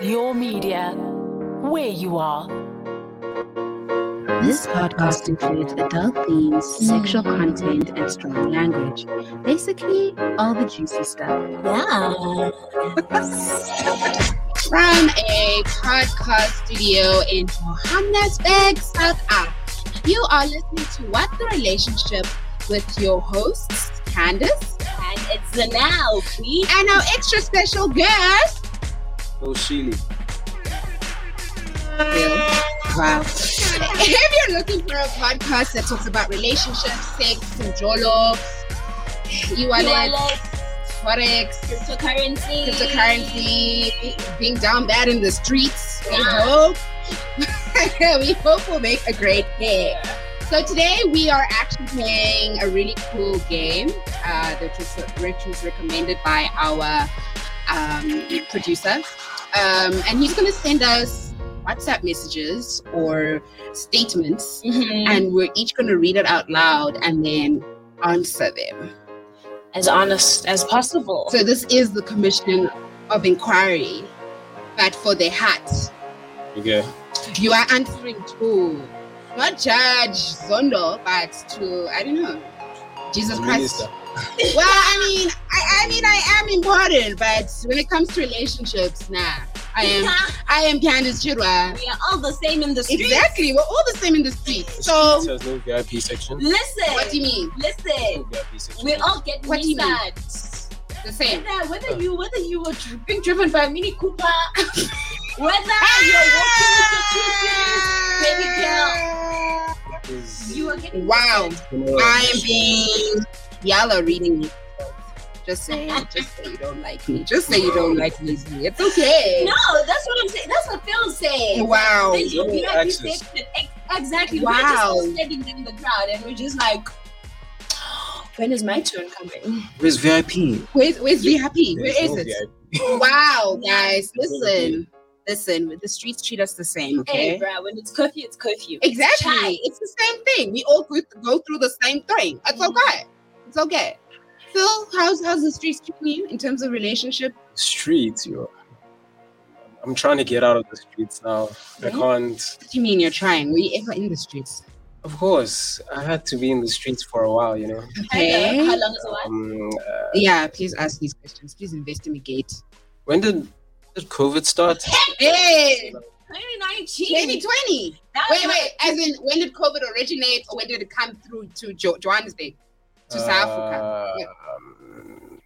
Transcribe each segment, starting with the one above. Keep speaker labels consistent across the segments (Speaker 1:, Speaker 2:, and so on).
Speaker 1: Your media, where you are.
Speaker 2: This podcast includes adult themes, sexual content, and strong language. Basically, all the juicy stuff.
Speaker 3: Yeah.
Speaker 2: From a podcast studio in Johannesburg, South Africa, you are listening to What the Relationship with your hosts, Candace,
Speaker 3: And it's the now, please.
Speaker 2: and our extra special guest,
Speaker 4: Oh, Sheely.
Speaker 2: Bill. Wow. if you're looking for a podcast that talks about relationships, sex, and jolo, you are like forex,
Speaker 3: Cryptocurrency.
Speaker 2: cryptocurrency, being down bad in the streets. We
Speaker 3: Yeah.
Speaker 2: hope we hope we'll make a great day. So today we are actually playing a really cool game uh, that was which was recommended by our um, producer, um, and he's going to send us WhatsApp messages or statements,
Speaker 5: Mm-hmm.
Speaker 3: Mhm.
Speaker 2: and we're each going to read it out loud and then answer them.
Speaker 3: As honest as possible.
Speaker 2: So this is the Commission of Inquiry, but for the heart.
Speaker 4: Okay.
Speaker 2: You are answering to not Judge Zondo, but to I don't know Jesus Christ.
Speaker 4: Minister.
Speaker 2: Well, I mean, I, I mean, I am important, but when it comes to relationships, nah, I am, I am Candice Chidwa.
Speaker 3: we are all the same in the streets.
Speaker 2: Exactly, we're all the same in the street.
Speaker 4: The
Speaker 2: So,
Speaker 4: streets has no VIP section.
Speaker 3: Listen.
Speaker 2: what do you mean?
Speaker 4: No
Speaker 3: Listen.
Speaker 4: VIP section.
Speaker 3: We all get
Speaker 2: What do you mean?
Speaker 3: misagged.
Speaker 2: The same.
Speaker 3: Whether, whether you whether you were dri- being driven by a Mini Cooper, whether
Speaker 2: Ah!
Speaker 3: you're walking with your children, baby girl.
Speaker 4: Is-
Speaker 3: you are getting
Speaker 2: Wow,
Speaker 4: you know,
Speaker 2: I am being yellow reading me. Just say, just say you don't like me. Just say you don't like me. It's okay.
Speaker 3: No, that's what I'm saying. That's what Phil said.
Speaker 2: Wow.
Speaker 3: They should be
Speaker 4: No
Speaker 3: like,
Speaker 4: Oh, access.
Speaker 3: they- ex- Exactly. We're just all
Speaker 2: Wow.
Speaker 3: standing there in the crowd and we're just like, when is my turn coming?
Speaker 4: Where's VIP?
Speaker 2: Where's where's Be Happy? Where
Speaker 4: There's
Speaker 2: is
Speaker 4: no
Speaker 2: it?
Speaker 4: VIP.
Speaker 2: Wow, guys, listen, listen. The streets treat us the same,
Speaker 3: Hey,
Speaker 2: okay?
Speaker 3: bruh, when it's curfew, it's curfew.
Speaker 2: Exactly.
Speaker 3: Chai.
Speaker 2: It's the same thing. We all go, go through the same thing. It's
Speaker 3: Mm-hmm.
Speaker 2: okay. It's okay. Phil, how's how's the streets treating you in terms of relationship?
Speaker 4: Streets, yo. I'm trying to get out of the streets now. I
Speaker 3: Yeah.
Speaker 4: can't.
Speaker 2: What do you mean you're trying? Were you ever in the streets?
Speaker 4: Of course, I had to be in the streets for a while, you know.
Speaker 3: Hello,
Speaker 2: Okay.
Speaker 3: How long is it?
Speaker 4: Um, uh,
Speaker 2: Yeah, please ask these questions. Please investigate.
Speaker 4: when did, did COVID start?
Speaker 2: Hey,
Speaker 3: 2019.
Speaker 2: 2020.
Speaker 3: That was
Speaker 2: Wait,
Speaker 3: Oh my-
Speaker 2: wait. As in, when did COVID originate, or when did it come through to jo- Johannesburg, to South
Speaker 4: Uh,
Speaker 2: Africa? Yeah.
Speaker 4: Um,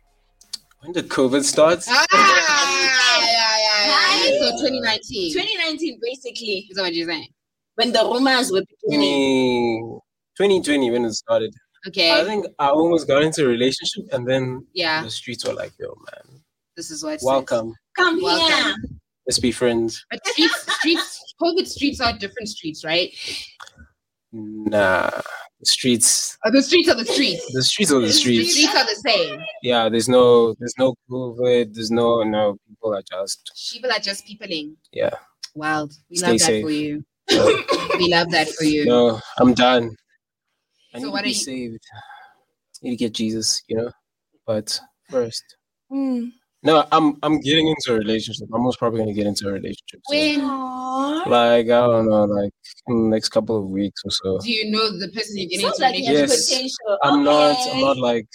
Speaker 4: when did COVID start?
Speaker 2: Ah, yeah, yeah, yeah.
Speaker 3: Right?
Speaker 2: So 2019.
Speaker 3: 2019, basically,
Speaker 2: Is that what you're saying?
Speaker 3: when the rumors were
Speaker 4: Mm.
Speaker 3: beginning.
Speaker 4: 20, 2020 when it started. I
Speaker 3: Oh.
Speaker 2: Okay.
Speaker 4: think I almost got into a relationship and then
Speaker 2: Yeah.
Speaker 4: the streets were like, yo, man,
Speaker 2: This is what. it says.
Speaker 4: welcome.
Speaker 3: Come here.
Speaker 2: Welcome.
Speaker 4: Let's be friends.
Speaker 2: But streets, streets, COVID streets are different streets, right?
Speaker 4: Nah, the streets,
Speaker 2: Uh, the streets are the streets.
Speaker 4: the streets are the streets.
Speaker 2: streets are the same.
Speaker 4: Yeah, there's no, there's no COVID. There's no, no, people are just,
Speaker 2: People are just peopling.
Speaker 4: Yeah.
Speaker 2: Wild. We
Speaker 4: Stay
Speaker 2: love that
Speaker 4: safe.
Speaker 2: for you.
Speaker 4: no,
Speaker 2: We love that for you.
Speaker 4: no, I'm done. I
Speaker 2: So
Speaker 4: need
Speaker 2: what are
Speaker 4: to be
Speaker 2: you-
Speaker 4: saved. need to get Jesus, you know? But first,
Speaker 2: Hmm.
Speaker 4: no, I'm, I'm getting into a relationship. I'm most probably going to get into a relationship. soon.
Speaker 2: When
Speaker 3: Aww.
Speaker 4: like I don't know, like in the next couple of weeks or so.
Speaker 2: do you know the person you're getting
Speaker 3: Sounds
Speaker 2: into?
Speaker 3: like
Speaker 2: a
Speaker 3: you
Speaker 2: relationship?
Speaker 3: have
Speaker 4: Yes.
Speaker 3: potential.
Speaker 4: I'm not. I'm
Speaker 3: Okay.
Speaker 4: not like.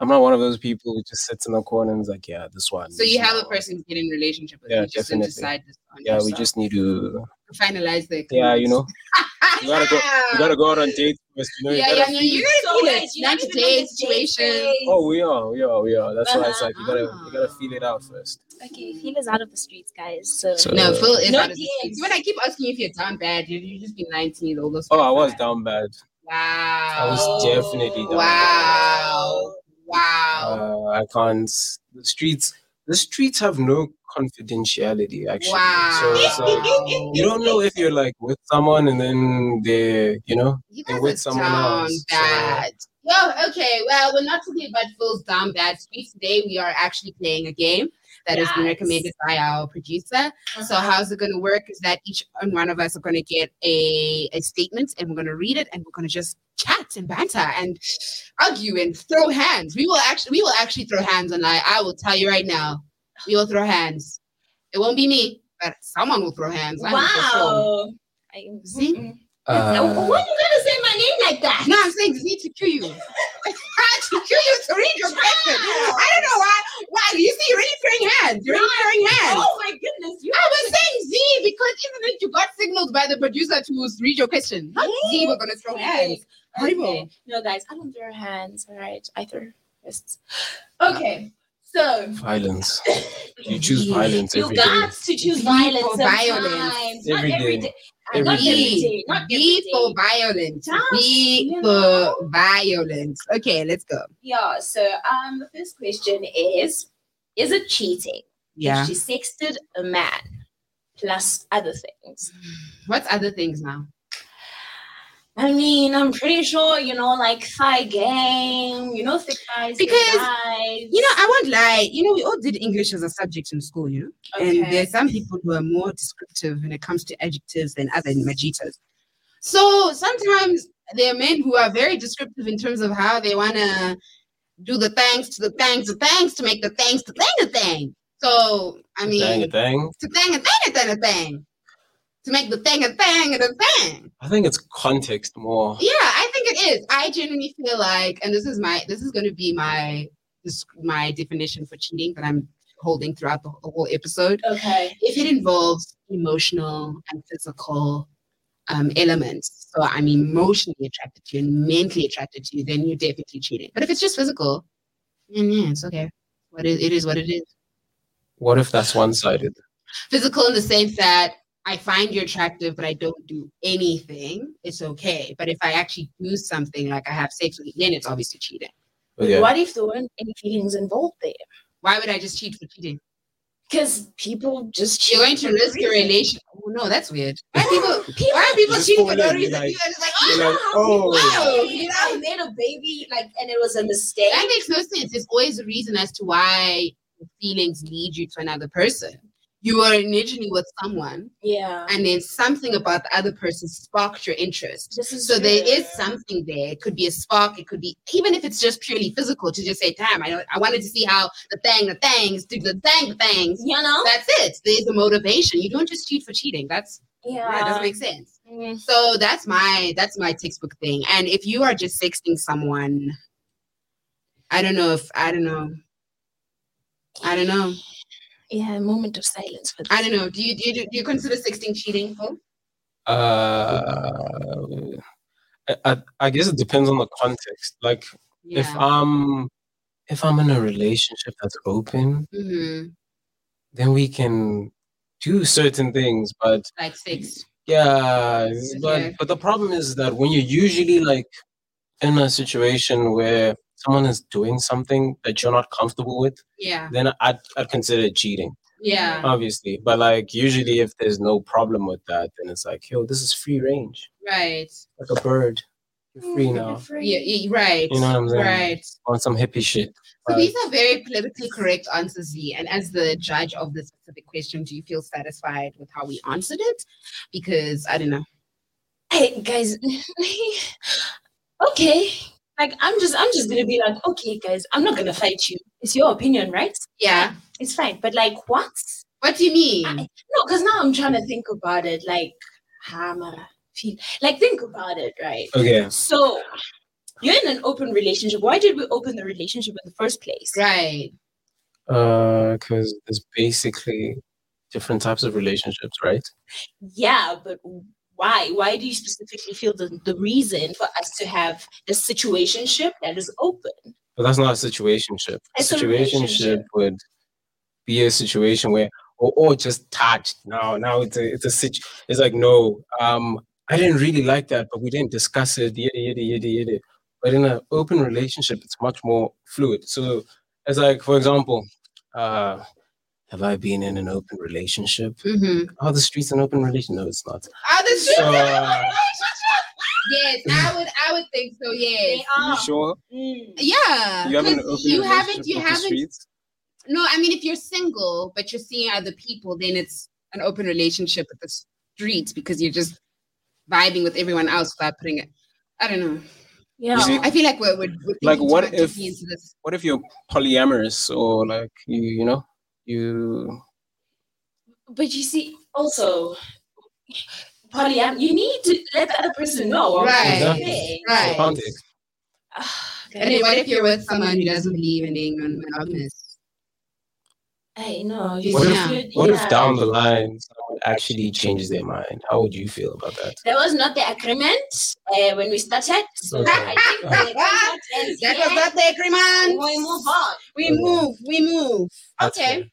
Speaker 4: I'm not one of those people who just sits in the corner and is like, yeah, this one.
Speaker 2: So you
Speaker 4: this
Speaker 2: have a
Speaker 4: one."
Speaker 2: person who's getting in a relationship with
Speaker 4: Yeah,
Speaker 2: you. Just didn't
Speaker 4: definitely.
Speaker 2: decide this on
Speaker 4: Yeah, we
Speaker 2: yourself.
Speaker 4: just need to.
Speaker 2: finalize the.
Speaker 4: Yeah, you know,
Speaker 2: agreement.
Speaker 4: you gotta go. You gotta go out on dates first. You know, you
Speaker 2: yeah,
Speaker 4: gotta.
Speaker 2: yeah, no, you
Speaker 3: So
Speaker 2: gotta feel
Speaker 3: wait,
Speaker 2: it.
Speaker 3: you
Speaker 2: Not
Speaker 3: haven't even
Speaker 2: today's
Speaker 3: done the date
Speaker 2: situation.
Speaker 3: phase.
Speaker 4: Oh, we are. We are. We are. That's why it's like you gotta. You
Speaker 2: Uh-huh.
Speaker 4: gotta feel it out first.
Speaker 3: Okay, he was out of the streets, guys. So,
Speaker 4: So-
Speaker 2: No, Phil is
Speaker 3: No
Speaker 2: out of the
Speaker 3: DMs.
Speaker 2: streets. When I keep asking you if you're down bad, you you just be 19 years old. or
Speaker 4: Oh, I was
Speaker 2: something.
Speaker 4: down bad.
Speaker 2: Wow.
Speaker 4: I was definitely down.
Speaker 2: Wow. Wow.
Speaker 4: Uh, I can't. The streets. The streets have no confidentiality. Uh, Actually. So
Speaker 2: wow.
Speaker 4: it's uh, like, you don't know if you're like with someone and then they, you know,
Speaker 2: You
Speaker 4: they're
Speaker 2: guys
Speaker 4: with
Speaker 2: are
Speaker 4: someone
Speaker 2: down
Speaker 4: else, so-
Speaker 2: bad. Well, okay. Well, we're not talking about Phil's down bad streets today. We are actually playing a game that has been
Speaker 3: Yes.
Speaker 2: recommended by our producer. So,
Speaker 3: Uh-huh.
Speaker 2: how's it going to work is that each and one of us are going to get a, a statement and we're going to read it and we're going to just chat and banter and argue and throw hands. We will actually we will actually throw hands and I I will tell you right now. We will throw hands. It won't be me, but someone will throw hands. I know for sure.
Speaker 3: Wow. Mm-hmm.
Speaker 5: I,
Speaker 2: Z?
Speaker 3: Now,
Speaker 4: Uh,
Speaker 3: why you gotta say my name like that?
Speaker 2: No, I'm saying Z to cue you. to cue you to read your question. I don't know why. Why you see you're really throwing hands? You're really throwing hands.
Speaker 3: Oh my goodness, you
Speaker 2: I was saying Z because isn't it you got signaled by the producer to read your question? Not Z, we're gonna throw hands. Horrible.
Speaker 3: Okay. No, guys.
Speaker 5: I don't throw hands, all right? I throw fists.
Speaker 2: Ah.
Speaker 3: Okay, so
Speaker 4: violence. You choose violence
Speaker 3: you
Speaker 4: every day.
Speaker 3: got to choose
Speaker 2: Be
Speaker 3: violence
Speaker 2: for violence.
Speaker 3: sometimes. Not
Speaker 4: Every
Speaker 3: every
Speaker 4: day.
Speaker 3: day.
Speaker 4: Every
Speaker 3: Not
Speaker 4: day.
Speaker 3: every day. Not every
Speaker 2: B
Speaker 3: day.
Speaker 2: for violence.
Speaker 3: Just,
Speaker 2: B
Speaker 3: you
Speaker 2: for
Speaker 3: know.
Speaker 2: violence. Okay, let's go.
Speaker 3: Yeah. So um, the first question is: Is it cheating?
Speaker 2: Yeah.
Speaker 5: She sexted a man, plus other things.
Speaker 2: What's other things now?
Speaker 5: I mean, I'm pretty sure, you know, like thigh game, you know, thick thighs. thick
Speaker 2: Because,
Speaker 5: thighs.
Speaker 2: You know, I won't lie. You know, we all did English as a subject in school, you know?
Speaker 3: Okay.
Speaker 2: And there's some people who are more descriptive when it comes to adjectives than other majitas. So sometimes there are men who are very descriptive in terms of how they want to do the thanks to the thanks, the thanks to make the thanks to thing a thing. So, I
Speaker 4: Dang a
Speaker 2: mean,
Speaker 4: thing.
Speaker 2: to thing a thing a thing a thing. To make the thing a thing and a thing.
Speaker 4: I think it's context more.
Speaker 2: Yeah, I think it is. I genuinely feel like, and this is my, this is going to be my, this, my definition for cheating that I'm holding throughout the wh- whole episode.
Speaker 3: Okay.
Speaker 2: If it involves emotional and physical um, elements, so I'm emotionally attracted to you and mentally attracted to you, then you're definitely cheating. But if it's just physical, then yeah, it's okay. What is, it is what it is.
Speaker 4: What if that's one sided?
Speaker 2: Physical in the sense that I find you attractive, but I don't do anything. It's okay. But if I actually do something, like I have sex with you, then it's obviously cheating.
Speaker 4: Okay.
Speaker 5: What if there weren't any feelings involved there?
Speaker 2: why would I just cheat for cheating?
Speaker 5: Because people just cheat.
Speaker 2: You're going to
Speaker 5: for
Speaker 2: risk your
Speaker 5: reasons.
Speaker 2: relation. Oh, no, that's weird. Why people? Why are people
Speaker 4: just
Speaker 2: cheating
Speaker 4: fall
Speaker 2: for no
Speaker 4: in,
Speaker 2: reason?
Speaker 4: like-
Speaker 2: People are just like,
Speaker 3: You
Speaker 2: "Ah,
Speaker 3: know
Speaker 4: like,
Speaker 3: how people
Speaker 2: oh.
Speaker 3: say, you know, I made a baby, like, and it was a mistake.
Speaker 2: that makes no sense. There's always a reason as to why your feelings lead you to another person. You were originally with someone,
Speaker 5: Yeah.
Speaker 2: and then something about the other person sparked your interest.
Speaker 5: This is
Speaker 2: So there
Speaker 5: true.
Speaker 2: is something there. It could be a spark. It could be even if it's just purely physical. To just say, "Damn, I I wanted to see how the thing, the things, do the thing, the things."
Speaker 5: You know?
Speaker 2: That's it. There's a motivation. You don't just cheat for cheating. That's
Speaker 5: yeah.
Speaker 2: Yeah, it doesn't make sense.
Speaker 5: Mm.
Speaker 2: So that's my that's my textbook thing. And if you are just sexting someone, I don't know if I don't know. I don't know.
Speaker 5: Yeah, a moment of silence for this.
Speaker 2: I don't know. Do you do you, do you consider sexting cheating? Phil?
Speaker 4: Uh, I, I, I guess it depends on the context. Like if
Speaker 2: Yeah.
Speaker 4: I'm if I'm in a relationship that's open,
Speaker 2: hmm
Speaker 4: then we can do certain things. But
Speaker 2: Like sex.
Speaker 4: yeah,
Speaker 2: Okay.
Speaker 4: but but the problem is that when you're usually like in a situation where someone is doing something that you're not comfortable with,
Speaker 2: Yeah.
Speaker 4: then I'd, I'd consider it cheating,
Speaker 2: Yeah.
Speaker 4: Uh, obviously. But like usually, if there's no problem with that, then it's like, yo, this is free range,
Speaker 2: Right.
Speaker 4: like a bird. You're
Speaker 2: Mm.
Speaker 4: free now.
Speaker 2: Yeah, yeah, Right.
Speaker 4: You know what I'm saying?
Speaker 2: Right.
Speaker 4: on some hippie shit.
Speaker 2: So
Speaker 4: but-
Speaker 2: these are very politically correct answers, Z. And as the judge of this specific question, do you feel satisfied with how we answered it? Because I don't know.
Speaker 5: Hey, guys. okay. Like I'm just I'm just gonna be like, okay, guys, I'm not gonna fight you. It's your opinion, right?
Speaker 2: Yeah.
Speaker 5: It's fine. But like what?
Speaker 2: What do you mean?
Speaker 5: I- No, because now I'm trying to think about it, like how am I feel like think about it, right?
Speaker 4: okay.
Speaker 5: So you're in an open relationship. Why did we open the relationship in the first place?
Speaker 2: Right.
Speaker 4: Because uh, there's basically different types of relationships, right?
Speaker 5: Yeah, but why? Why do you specifically feel the, the reason for us to have the situationship that is open?
Speaker 4: But that's not a situationship. A
Speaker 5: It's a
Speaker 4: situationship
Speaker 5: relationship.
Speaker 4: would be a situation where, or, or just touched. No, now it's a it's a situ- It's like no, um, I didn't really like that, but we didn't discuss it. Yada yada yada yada. But in an open relationship, it's much more fluid. So it's like, for example, uh, have I been in an open relationship?
Speaker 2: Mm-hmm.
Speaker 4: Oh, the street's an open relation. No, it's not.
Speaker 2: Are the
Speaker 4: So,
Speaker 2: children?
Speaker 4: uh,
Speaker 2: yes, I would. I would think so. Yes.
Speaker 4: you sure?
Speaker 5: Mm.
Speaker 2: Yeah.
Speaker 4: You haven't
Speaker 2: 'cause
Speaker 4: opened
Speaker 2: You
Speaker 4: a
Speaker 2: haven't.
Speaker 4: relationship
Speaker 2: You
Speaker 4: with the
Speaker 2: haven't.
Speaker 4: streets?
Speaker 2: No, I mean, if you're single but you're seeing other people, then it's an open relationship with the streets because you're just vibing with everyone else without putting it. I don't know.
Speaker 5: Yeah.
Speaker 4: You see-
Speaker 2: I feel like we're, we're, we're thinking
Speaker 4: Like,
Speaker 2: too
Speaker 4: what
Speaker 2: much
Speaker 4: if-
Speaker 2: deeply into this.
Speaker 4: What if you're polyamorous or like you, you know, you
Speaker 5: but you see, also, polyam, you need to let the other person know.
Speaker 2: Right.
Speaker 5: Okay.
Speaker 2: Right.
Speaker 4: Context.
Speaker 5: Ah,
Speaker 2: And then what if you're with someone who doesn't believe in being mon- monogamous?
Speaker 5: I know.
Speaker 2: What if-
Speaker 4: What
Speaker 5: yeah.
Speaker 4: if down the line someone actually changes their mind? How would you feel about that?
Speaker 5: That was not the agreement uh, when we started. So
Speaker 4: Okay.
Speaker 5: I think the agreement ends
Speaker 2: That
Speaker 5: here.
Speaker 2: was not the agreement.
Speaker 5: We move on.
Speaker 2: We
Speaker 4: Okay.
Speaker 2: move. We move.
Speaker 4: That's
Speaker 2: Okay.
Speaker 4: fair.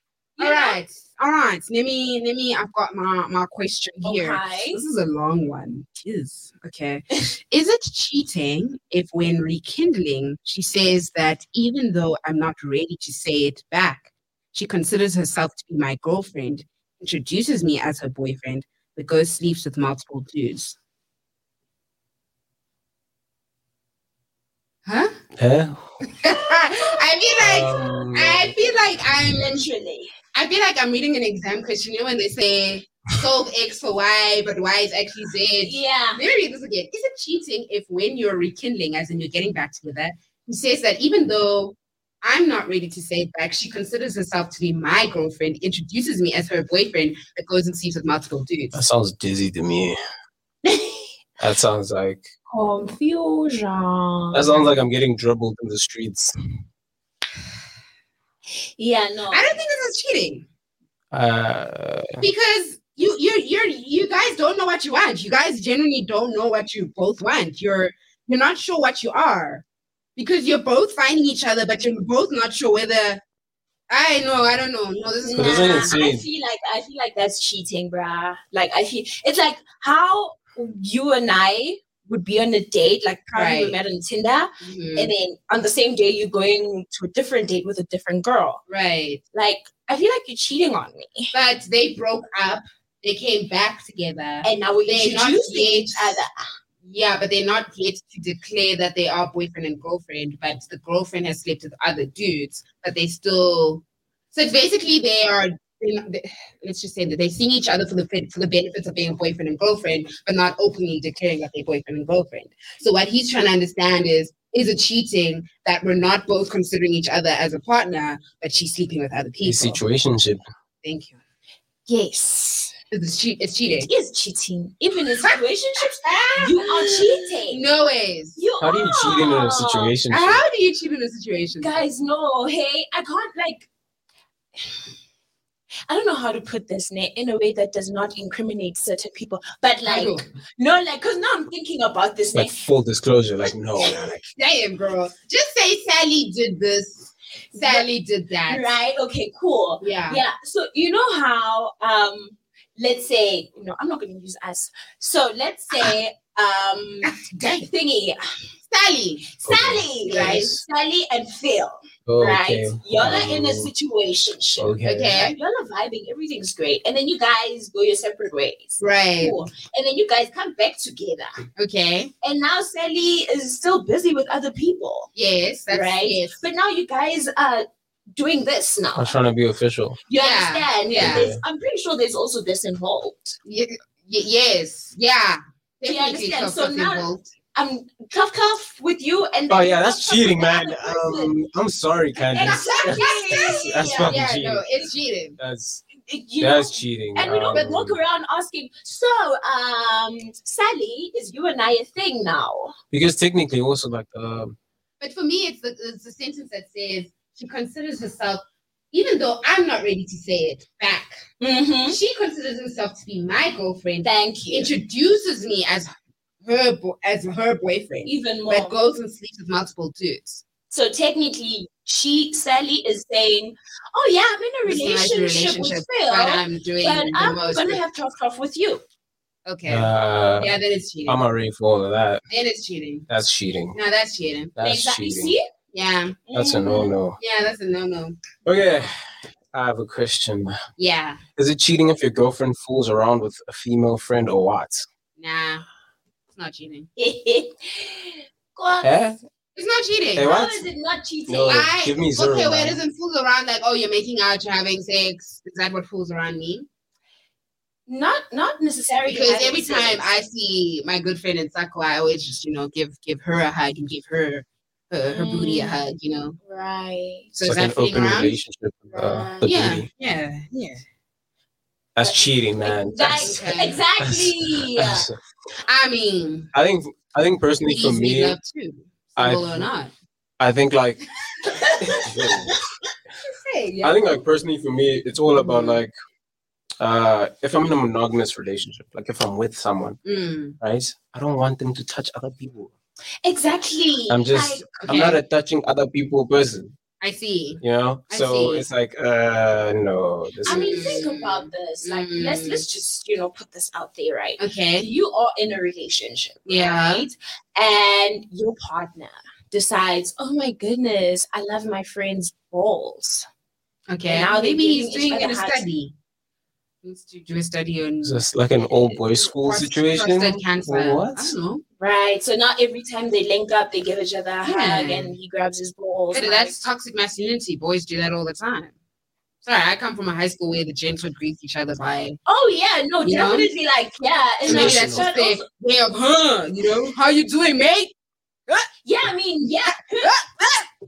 Speaker 2: All right. All right. Let me. Let me. I've got my my question here.
Speaker 5: Okay.
Speaker 2: This is a long one. Jeez. Okay. Is it cheating if, when rekindling, she says that even though I'm not ready to say it back, she considers herself to be my girlfriend, introduces me as her boyfriend, but goes sleeps with multiple dudes? Huh?
Speaker 4: Huh?
Speaker 2: I feel like
Speaker 4: Um,
Speaker 2: I feel like I'm
Speaker 5: Literally.
Speaker 2: I feel like I'm reading an exam question. You know when they say solve X for Y, but Y is actually Z.
Speaker 5: Yeah.
Speaker 2: Let me read this again. Is it cheating if when you're rekindling, as in you're getting back together, he says that even though I'm not ready to say it back, she considers herself to be my girlfriend, introduces me as her boyfriend, but goes and sleeps with multiple
Speaker 4: that
Speaker 2: dudes.
Speaker 4: sounds dizzy to me. That sounds like
Speaker 1: Confusion.
Speaker 4: that sounds like I'm getting dribbled in the streets.
Speaker 5: Yeah, no.
Speaker 2: I don't think this is cheating
Speaker 4: Uh,
Speaker 2: because you you you're you guys don't know what you want. You guys genuinely don't know what you both want. You're you're not sure what you are because you're both finding each other, but you're both not sure whether. I know, I don't know. No, this is
Speaker 4: But isn't it
Speaker 5: Nah, I
Speaker 4: insane?
Speaker 5: feel like I feel like that's cheating, bruh. Like I feel it's like how you and I would be on a date, like probably we
Speaker 2: Right.
Speaker 5: met on Tinder,
Speaker 2: Mhm.
Speaker 5: and then on the same day you're going to a different date with a different girl.
Speaker 2: right.
Speaker 5: Like I feel like you're cheating on me,
Speaker 2: but they broke up. They came back together.
Speaker 5: and now we're
Speaker 2: They're not
Speaker 5: introducing
Speaker 2: yet.
Speaker 5: each other.
Speaker 2: Yeah, but they're not yet to declare that they are boyfriend and girlfriend. But the girlfriend has slept with other dudes, but they still. So it's basically they are. they're not- they- Let's just say that they're seeing each other for the fe- for the benefits of being boyfriend and girlfriend, but not openly declaring that they're boyfriend and girlfriend. So what he's trying to understand is: is it cheating that we're not both considering each other as a partner, but she's sleeping with other
Speaker 4: a
Speaker 2: people?
Speaker 4: situationship.
Speaker 2: Thank you.
Speaker 5: Yes,
Speaker 2: It's, che- it's cheating.
Speaker 5: it is cheating. Even in situationships, you are cheating.
Speaker 2: No ways.
Speaker 5: You
Speaker 4: How do you cheat in
Speaker 5: are.
Speaker 4: a situation?
Speaker 5: Uh-huh.
Speaker 2: How do you cheat in a situation?
Speaker 5: guys no hey i can't like i don't know how to put this Nate, in a way that does not incriminate certain people but
Speaker 2: I
Speaker 5: like
Speaker 2: know.
Speaker 5: no like because now i'm thinking about this
Speaker 4: Like
Speaker 5: Nate.
Speaker 4: full disclosure, like no, like,
Speaker 2: Damn, girl. Just say Sally did this. Sally did that.
Speaker 5: right okay cool
Speaker 2: Yeah.
Speaker 5: yeah so you know how um let's say no i'm not going to use us so let's say um
Speaker 2: Dang.
Speaker 5: thingy
Speaker 2: Sally.
Speaker 5: sally right
Speaker 4: Yes.
Speaker 5: sally and phil
Speaker 4: oh,
Speaker 5: right
Speaker 4: okay.
Speaker 5: y'all are in a
Speaker 4: Oh,
Speaker 5: situation
Speaker 4: Okay.
Speaker 2: Um, Okay.
Speaker 5: right? y'all are vibing everything's great and then you guys go your separate ways
Speaker 2: Right.
Speaker 5: Cool. And then you guys come back together.
Speaker 2: Okay.
Speaker 5: And now Sally is still busy with other people.
Speaker 2: Yes. That's
Speaker 5: Right.
Speaker 2: Yes.
Speaker 5: But now you guys are doing this now.
Speaker 4: I'm trying to be official.
Speaker 5: You
Speaker 2: Yeah,
Speaker 5: understand?
Speaker 2: yeah.
Speaker 5: There's- I'm pretty sure there's also this involved.
Speaker 2: Ye- ye- yes. Yeah.
Speaker 5: Do you
Speaker 2: Definitely
Speaker 5: understand?
Speaker 2: cuff
Speaker 5: So
Speaker 2: cuff
Speaker 5: now-
Speaker 2: involved.
Speaker 5: I'm cuff cuff with you and
Speaker 4: Oh
Speaker 5: then
Speaker 4: yeah, that's
Speaker 5: cuff cuff with
Speaker 4: cheating,
Speaker 5: the
Speaker 4: man.
Speaker 5: other person.
Speaker 4: Um, I'm sorry, Candice.
Speaker 5: Exactly.
Speaker 4: That's- that's
Speaker 5: Yeah,
Speaker 4: fucking
Speaker 2: yeah,
Speaker 4: cheating.
Speaker 2: no, it's cheating.
Speaker 4: That's
Speaker 5: You know,
Speaker 4: that's cheating.
Speaker 5: and we don't
Speaker 4: um,
Speaker 5: walk around asking, so um Sally, is you and I a thing now?
Speaker 4: because technically, also like um,
Speaker 2: But for me, it's the, it's the sentence that says she considers herself, even though I'm not ready to say it back,
Speaker 5: Mm-hmm.
Speaker 2: she considers herself to be my girlfriend,
Speaker 5: Thank you.
Speaker 2: introduces me as her bo- as her boyfriend.
Speaker 5: Even more.
Speaker 2: but goes and sleeps with multiple dudes.
Speaker 5: So technically, she Sally is saying, "Oh yeah, I'm in a
Speaker 2: This is my
Speaker 5: relationship, with
Speaker 2: relationship,
Speaker 5: Phil,
Speaker 2: But I'm doing
Speaker 5: but
Speaker 2: the
Speaker 5: I'm
Speaker 2: most.
Speaker 5: gonna
Speaker 2: with-
Speaker 5: have tough off with you."
Speaker 2: okay.
Speaker 4: uh,
Speaker 2: yeah, that is cheating.
Speaker 4: I'm already for all of that.
Speaker 2: that is cheating.
Speaker 4: That's cheating.
Speaker 2: No, that's cheating.
Speaker 4: That's
Speaker 5: exactly.
Speaker 4: cheating.
Speaker 5: See?
Speaker 2: Yeah.
Speaker 4: That's a
Speaker 5: Mhm.
Speaker 4: no no.
Speaker 2: Yeah, that's a no no.
Speaker 4: Okay, I have a question.
Speaker 2: Yeah.
Speaker 4: Is it cheating if your girlfriend fools around with a female friend or what?
Speaker 2: Nah. It's not cheating.
Speaker 5: God,
Speaker 4: Eh?
Speaker 2: It's not cheating.
Speaker 4: Hey,
Speaker 5: how
Speaker 4: what?
Speaker 5: is it not cheating?
Speaker 4: No.
Speaker 5: Uh, I-
Speaker 2: I,
Speaker 4: give me zero,
Speaker 2: Okay, where
Speaker 4: man.
Speaker 2: doesn't fools around like, oh, you're making out, you're having sex. Is that what fools around mean?
Speaker 5: Not not necessarily
Speaker 2: Because
Speaker 5: having
Speaker 2: every
Speaker 5: sex.
Speaker 2: time I see my good friend in Sakwa, I always just, you know, give give her a hug and give her her, her booty a
Speaker 5: Mm.
Speaker 2: hug, you know.
Speaker 5: right.
Speaker 2: So
Speaker 4: it's
Speaker 2: is
Speaker 4: like
Speaker 2: that
Speaker 4: an
Speaker 2: fooling
Speaker 4: open
Speaker 2: around?
Speaker 4: relationship. Uh,
Speaker 5: Right.
Speaker 4: the
Speaker 2: yeah,
Speaker 4: booty.
Speaker 2: yeah, yeah.
Speaker 4: That's cheating, man. That's-
Speaker 5: Exactly. Exactly.
Speaker 4: that's-
Speaker 2: I mean,
Speaker 4: I think I think personally for
Speaker 2: these need
Speaker 4: me,
Speaker 2: love too,
Speaker 4: I-
Speaker 2: single or not.
Speaker 4: I think like I think like personally for me, it's all about
Speaker 2: Mhm.
Speaker 4: like uh if I'm in a monogamous relationship, like if I'm with someone,
Speaker 2: Mm,
Speaker 4: right? I don't want them to touch other people.
Speaker 5: exactly.
Speaker 4: I'm just I'm
Speaker 2: okay.
Speaker 4: not a touching other people person,
Speaker 2: I see.
Speaker 4: you know?
Speaker 2: I
Speaker 4: so
Speaker 2: see.
Speaker 4: it's like uh no, this
Speaker 5: I
Speaker 4: is
Speaker 5: mean, think about this. Like, let's let's just you know put this out there, right?
Speaker 2: Mm. Okay.
Speaker 5: You are in a relationship,
Speaker 2: Yeah.
Speaker 5: right? And your partner decides, oh my goodness, I love my friend's balls.
Speaker 2: Okay.
Speaker 5: Now they're
Speaker 2: maybe
Speaker 5: giving
Speaker 2: he's
Speaker 5: each
Speaker 2: doing
Speaker 5: other
Speaker 2: a
Speaker 5: hugs.
Speaker 2: study. Needs to do a study on
Speaker 4: it's just like an old boys school
Speaker 2: prost-
Speaker 4: situation.
Speaker 2: prostate cancer.
Speaker 4: What?
Speaker 2: I don't know.
Speaker 5: Right. So now every time they link up, they give each other a hug,
Speaker 2: Hmm.
Speaker 5: and he grabs his balls.
Speaker 2: But
Speaker 5: like-
Speaker 2: that's toxic masculinity. Boys do that all the time. Sorry, I come from a high school where the gents would greet each other by
Speaker 5: oh yeah, no,
Speaker 2: You know?
Speaker 5: definitely. Like yeah, and
Speaker 2: maybe
Speaker 5: like,
Speaker 2: that's
Speaker 5: but
Speaker 2: just their way of huh, you know, how you doing, mate?
Speaker 5: Yeah, I mean, yeah,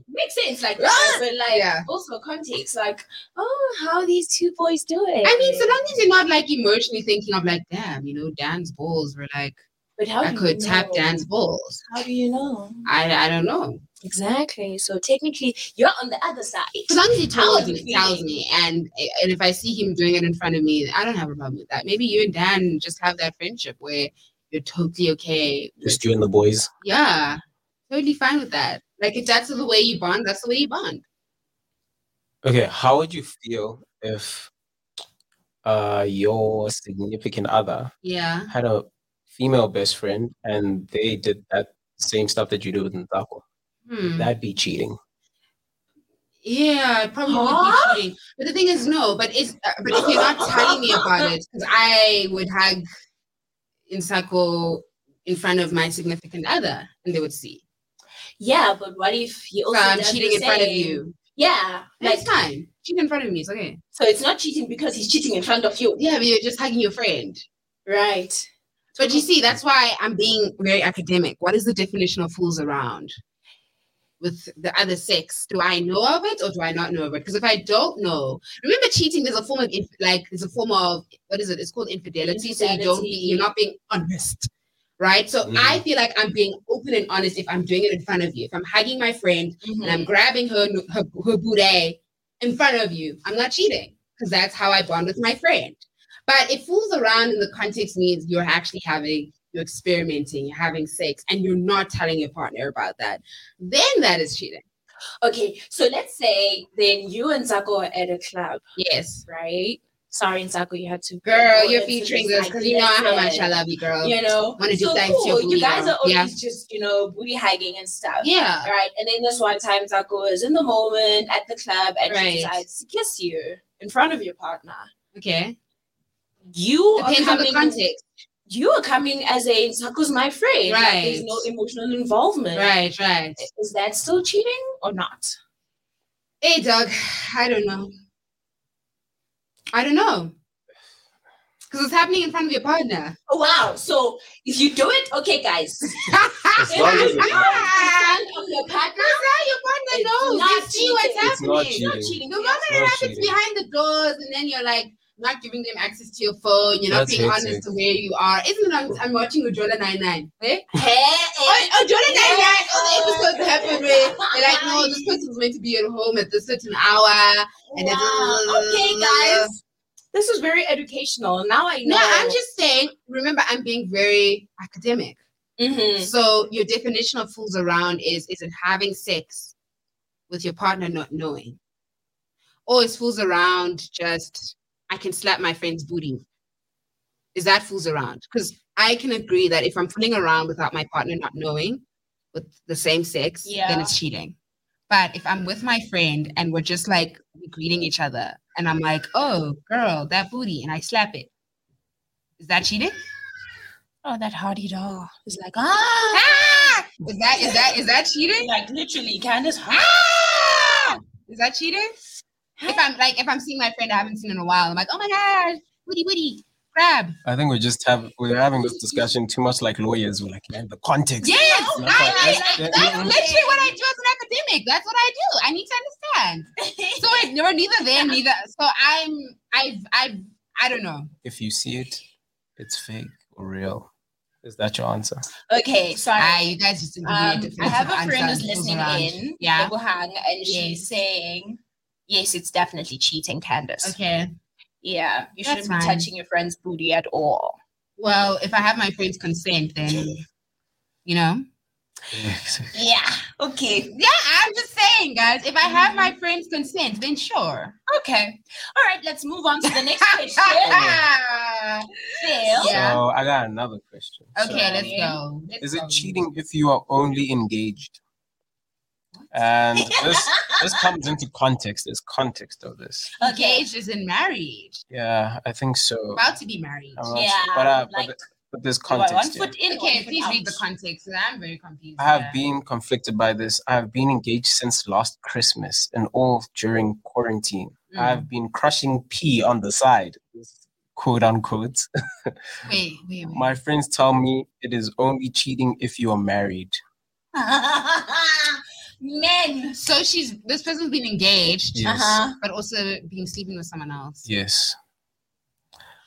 Speaker 5: makes sense. Like, that, but like,
Speaker 2: Yeah.
Speaker 5: also context. Like, oh, how are these two boys doing?
Speaker 2: I mean, so long as you're not like emotionally thinking of like, damn, you know, Dan's balls were like
Speaker 5: but how
Speaker 2: I
Speaker 5: do
Speaker 2: could
Speaker 5: you
Speaker 2: tap
Speaker 5: know?
Speaker 2: Dan's balls.
Speaker 5: How do you know?
Speaker 2: I I don't know.
Speaker 5: Exactly. So technically, you're on the other side.
Speaker 2: As long as he
Speaker 5: How
Speaker 2: tells
Speaker 5: are you
Speaker 2: me, tells
Speaker 5: feeling?
Speaker 2: me, and and if I see him doing it in front of me, I don't have a problem with that. Maybe you and Dan just have that friendship where you're totally okay.
Speaker 4: Just you and the boys.
Speaker 2: Yeah, totally fine with that. Like if that's the way you bond, that's the way you bond.
Speaker 4: Okay, how would you feel if uh your significant other
Speaker 2: Yeah.
Speaker 4: had a female best friend and they did that same stuff that you do with Ntako?
Speaker 2: Hmm.
Speaker 4: That'd be cheating.
Speaker 2: Yeah, it probably
Speaker 5: Huh?
Speaker 2: would be cheating. But the thing is, no. But it's uh, but if you're not telling me about it, because I would hug in circle in front of my significant other, and they would see.
Speaker 5: Yeah, but what if he
Speaker 2: So
Speaker 5: also
Speaker 2: I'm
Speaker 5: does the
Speaker 2: cheating in front of
Speaker 5: same?
Speaker 2: you.
Speaker 5: Yeah, like
Speaker 2: That's fine. Cheat in front of me. It's okay.
Speaker 5: so it's not cheating because he's cheating in front of you,
Speaker 2: Yeah, but you're just hugging your friend.
Speaker 5: right?
Speaker 2: But you see, that's why I'm being very academic. What is the definition of fools around with the other sex? Do I know of it or do I not know of it? Because if I don't know, remember cheating. There's a form of inf- like there's a form of what is it? It's called infidelity. So you don't be, you're not being honest, right? So I feel like I'm being open and honest if I'm doing it in front of you. If I'm hugging my friend
Speaker 5: Mm-hmm.
Speaker 2: and I'm grabbing her her, her booty in front of you, I'm not cheating because that's how I bond with my friend. But it fools around in the context means you're actually having, you're experimenting, you're having sex, and you're not telling your partner about that. Then that is cheating.
Speaker 5: Okay, so let's say then you and Zako are at a club,
Speaker 2: Yes.
Speaker 5: right? Sorry, Zako, you had to.
Speaker 2: Girl,
Speaker 5: go
Speaker 2: you're
Speaker 5: into this
Speaker 2: featuring this because you know how much I
Speaker 5: idea.
Speaker 2: love you, girl.
Speaker 5: You know,
Speaker 2: Wanna do
Speaker 5: so
Speaker 2: things to your
Speaker 5: cool.
Speaker 2: booty,
Speaker 5: You guys
Speaker 2: girl.
Speaker 5: are always
Speaker 2: Yeah.
Speaker 5: just you know booty hugging and stuff.
Speaker 2: Yeah.
Speaker 5: Right, and then this one time Zako is in the moment at the club and
Speaker 2: Right.
Speaker 5: she decides to kiss you in front of your partner.
Speaker 2: Okay.
Speaker 5: You are
Speaker 2: Depends on the
Speaker 5: coming-
Speaker 2: context.
Speaker 5: You are coming as a Zako's my friend. Like, there's
Speaker 2: Right.
Speaker 5: no emotional involvement.
Speaker 2: Right, right.
Speaker 5: Is that still cheating or not?
Speaker 2: Hey, Doug, I don't know. I don't know. Because it's happening in front of your partner.
Speaker 5: Oh, wow. So if you do it, okay, guys.
Speaker 4: As long as it's not-
Speaker 5: Ah, on your partner,
Speaker 2: your partner
Speaker 5: It's
Speaker 2: knows.
Speaker 5: not
Speaker 2: You see what's
Speaker 5: cheating.
Speaker 4: It's not
Speaker 2: happening.
Speaker 5: you're not
Speaker 4: Cheating.
Speaker 5: cheating.
Speaker 2: The moment
Speaker 4: It's
Speaker 2: it
Speaker 4: not
Speaker 2: happens
Speaker 4: cheating.
Speaker 2: behind the doors, and then you're like not giving them access to your phone, you're not
Speaker 4: That's
Speaker 2: being
Speaker 4: hectic.
Speaker 2: honest to where you are. Isn't it? I'm, I'm watching Ojola 99. Eh?
Speaker 5: Hey,
Speaker 2: Oh, Ojola 99, all the
Speaker 5: Oh.
Speaker 2: episodes happen where they're like, no, this person's meant to be at home at this certain hour. And then-
Speaker 5: Wow. Okay, guys. This is very educational. Now I know.
Speaker 2: No, I'm just saying, remember, I'm being very academic. Mm-hmm.
Speaker 5: Mhm.
Speaker 2: So your definition of fools around is is it having sex with your partner not knowing? Or is fools around just I can slap my friend's booty? Is that fools around? Because I can agree that if I'm fooling around without my partner not knowing with the same sex, then
Speaker 5: Yeah.
Speaker 2: it's cheating. But if I'm with my friend and we're just like greeting each other and I'm like, oh girl, that booty, and I slap it, is that cheating?
Speaker 5: Oh, that hardy doll is like, ah.
Speaker 2: Ah! Is that is that is that cheating?
Speaker 5: Like, literally, Candace.
Speaker 2: Ah! Is that cheating? If I'm like, if I'm seeing my friend I haven't seen in a while, I'm like, oh my gosh, woody woody, grab.
Speaker 4: I think we just have we're having this discussion too much like lawyers. We're like, man, the context.
Speaker 2: Yes,
Speaker 4: No,
Speaker 2: I- I-
Speaker 4: but that's-
Speaker 2: I-
Speaker 4: that-
Speaker 2: that's
Speaker 4: mm-mm.
Speaker 2: literally what I do as an academic. That's what I do. I need to understand. So it, we're neither there, neither. So I'm, I've, I've, I don't know.
Speaker 4: If you see it, it's fake or real. Is that your answer?
Speaker 5: Okay, so
Speaker 2: Ah, you guys just didn't give me a
Speaker 5: Um,
Speaker 2: definitive
Speaker 5: I have a
Speaker 2: answer
Speaker 5: friend who's
Speaker 2: this
Speaker 5: listening
Speaker 2: round.
Speaker 5: in,
Speaker 2: Yeah.
Speaker 5: Lebohang, and she's saying, yes, it's definitely cheating, Candace.
Speaker 2: Okay.
Speaker 5: Yeah, you
Speaker 2: That's
Speaker 5: shouldn't be
Speaker 2: fine.
Speaker 5: touching your friend's booty at all.
Speaker 2: Well, if I have my friend's consent, then you know.
Speaker 5: Yeah, okay.
Speaker 2: Yeah, I'm just saying, guys. If I have my friend's consent, then sure.
Speaker 5: Mm-hmm. Okay. All right, let's move on to the next question.
Speaker 2: yeah.
Speaker 5: Phil.
Speaker 2: Yeah.
Speaker 4: So I got another question. So,
Speaker 2: Okay, let's go. Let's
Speaker 4: is it
Speaker 2: go.
Speaker 4: cheating if you are only engaged? And this this comes into context. There's context of this.
Speaker 5: Okay.
Speaker 2: Engaged is in marriage.
Speaker 4: Yeah, I think so.
Speaker 2: About to be married.
Speaker 4: I'm not
Speaker 5: Yeah.
Speaker 4: sure, but, uh, but,
Speaker 5: like,
Speaker 4: th- but there's
Speaker 5: do I- one
Speaker 4: context. here.
Speaker 5: foot in. or
Speaker 2: Okay,
Speaker 5: one foot
Speaker 2: please read the
Speaker 5: out?
Speaker 2: context. 'cause I'm very confused.
Speaker 4: I have
Speaker 2: yeah.
Speaker 4: been conflicted by this. I have been engaged since last Christmas and all during quarantine.
Speaker 2: Mm.
Speaker 4: I've been crushing pee on the side, quote unquote.
Speaker 2: Wait, wait, wait.
Speaker 4: My friends tell me it is only cheating if you are married.
Speaker 5: Men.
Speaker 2: So she's this person's been engaged,
Speaker 4: Yes.
Speaker 5: Uh-huh.
Speaker 2: but also been sleeping with someone else.
Speaker 4: Yes.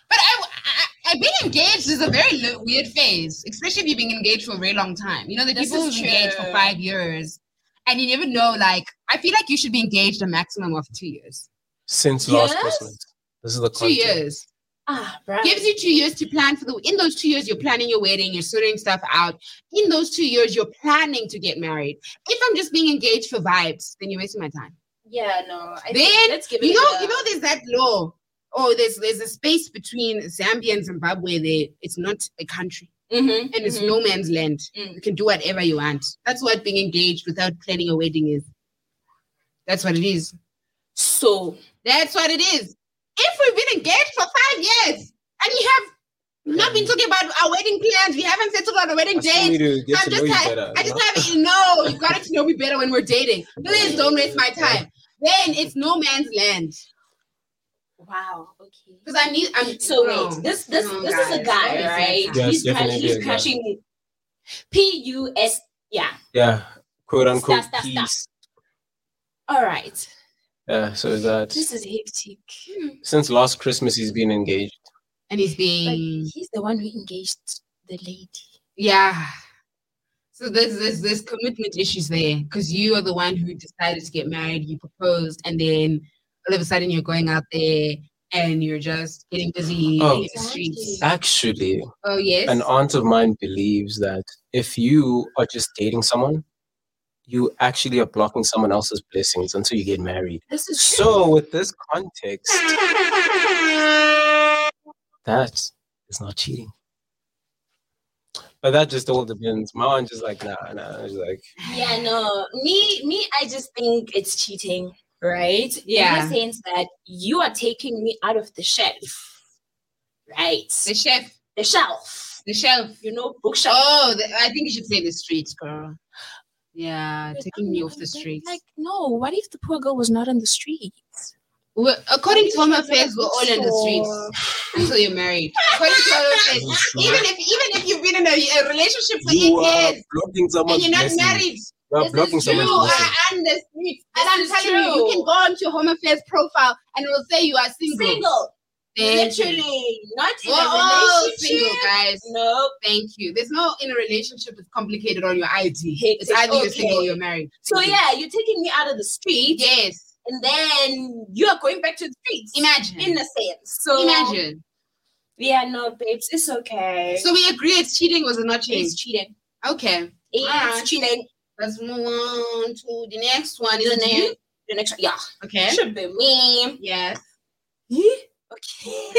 Speaker 2: But I, I, I being engaged is a very lo- weird phase, especially if you've been engaged for a very long time. You know, the
Speaker 5: This
Speaker 2: people
Speaker 5: is
Speaker 2: who've engaged for
Speaker 5: true.
Speaker 2: five years, and you never know. Like, I feel like you should be engaged a maximum of two years.
Speaker 4: Since last
Speaker 5: Yes?
Speaker 4: Christmas. This is the
Speaker 2: Two
Speaker 4: context.
Speaker 2: years
Speaker 5: Ah, bro.
Speaker 2: gives you two years to plan for the. In those two years, you're planning your wedding, you're sorting stuff out. In those two years, you're planning to get married. If I'm just being engaged for vibes, then you're wasting my time.
Speaker 5: Yeah, no. I
Speaker 2: Then,
Speaker 5: think, let's give it
Speaker 2: You
Speaker 5: a
Speaker 2: know,
Speaker 5: go.
Speaker 2: you know, there's that law. Oh, there's there's a space between Zambia and Zimbabwe. There, it's not a country,
Speaker 5: Mhm,
Speaker 2: and it's
Speaker 5: mhm.
Speaker 2: no man's land.
Speaker 5: Mm.
Speaker 2: You can do whatever you want. That's what being engaged without planning a wedding is. That's what it is.
Speaker 5: So,
Speaker 2: That's what it is. If we've been engaged for five years and you have not been talking about our wedding plans, we haven't settled on a wedding
Speaker 4: Mm. I still need
Speaker 2: date.
Speaker 4: to get
Speaker 2: I'm
Speaker 4: to know
Speaker 2: just
Speaker 4: you
Speaker 2: like-
Speaker 4: better.
Speaker 2: I
Speaker 4: you know?
Speaker 2: just haven't. No, you got to know me better when we're dating. Please don't waste my time. Then it's no man's land.
Speaker 5: wow. Okay.
Speaker 2: Because I need. I'm
Speaker 5: So
Speaker 2: no.
Speaker 5: wait, this this
Speaker 2: No,
Speaker 5: this is a
Speaker 2: guys,
Speaker 5: guy,
Speaker 2: that is
Speaker 5: right?
Speaker 2: not-
Speaker 4: Yes,
Speaker 5: he's cra-
Speaker 4: definitely a
Speaker 5: he's
Speaker 4: guy.
Speaker 5: crushing P U S. Yeah.
Speaker 4: yeah. Quote unquote
Speaker 5: Stop, stop, stop.
Speaker 4: peace.
Speaker 5: All right.
Speaker 4: Yeah, so is that
Speaker 5: This is hectic. Hmm.
Speaker 4: since last Christmas he's been engaged.
Speaker 2: and he's
Speaker 5: But
Speaker 2: being
Speaker 5: he's the one who engaged the lady.
Speaker 2: yeah. So there's there's there's commitment issues there because you are the one who decided to get married, you proposed, and then all of a sudden you're going out there and you're just getting busy
Speaker 4: Oh.
Speaker 2: in the streets.
Speaker 4: Actually,
Speaker 2: Oh yes.
Speaker 4: an aunt of mine believes that if you are just dating someone, you actually are blocking someone else's blessings until you get married.
Speaker 5: This is
Speaker 4: So with this context, that is not cheating. But that just all depends. My aunt just like, nah, nah. She's like,
Speaker 5: yeah, no. Me, me, I just think it's cheating, right?
Speaker 2: Yeah.
Speaker 5: In the sense that you are taking me out of the shelf. Right.
Speaker 2: the chef,
Speaker 5: The shelf.
Speaker 2: the shelf.
Speaker 5: You know, bookshelf.
Speaker 2: Oh, the, I think you should say the streets, girl. Yeah, taking me off the streets.
Speaker 5: Like, no, what if the poor girl was not on the streets?
Speaker 2: Well, according to Home Affairs, we're all in the streets until you're married. According to Home Affairs, even if even if you've been in a, a relationship for
Speaker 4: you
Speaker 2: eight
Speaker 4: are
Speaker 2: years
Speaker 4: blocking
Speaker 2: and
Speaker 4: someone's
Speaker 2: you're not
Speaker 4: blessing.
Speaker 2: married,
Speaker 4: You are
Speaker 5: This is
Speaker 4: blocking
Speaker 2: you
Speaker 4: someone's
Speaker 2: are
Speaker 4: blessing.
Speaker 2: on the streets.
Speaker 5: This
Speaker 2: And I'm
Speaker 5: is
Speaker 2: telling you, you
Speaker 5: true.
Speaker 2: can go onto Home Affairs profile and it will say you are single.
Speaker 5: Single.
Speaker 2: Thank you.
Speaker 5: Literally. Not in
Speaker 2: We're all
Speaker 5: a
Speaker 2: single,
Speaker 5: relationship.
Speaker 2: guys.
Speaker 5: No.
Speaker 2: Thank you. There's no in a relationship it's complicated on your ID.
Speaker 5: Hectic.
Speaker 2: It's either you're
Speaker 5: Okay.
Speaker 2: single or you're married.
Speaker 5: So yeah, you're taking me out of the street,
Speaker 2: Yes.
Speaker 5: and then you are going back to the streets.
Speaker 2: Imagine.
Speaker 5: in a sense. So
Speaker 2: Imagine.
Speaker 5: Yeah, no, babes, it's okay.
Speaker 2: So we agree it's cheating was it not cheating. Ah.
Speaker 5: it's cheating.
Speaker 2: Okay.
Speaker 5: It's
Speaker 2: Alright.
Speaker 5: cheating.
Speaker 2: Let's move on to the next one.
Speaker 5: The
Speaker 2: Isn't
Speaker 5: next,
Speaker 2: it?
Speaker 5: the next, yeah,
Speaker 2: Okay.
Speaker 5: should be me.
Speaker 2: Yes.
Speaker 5: Okay.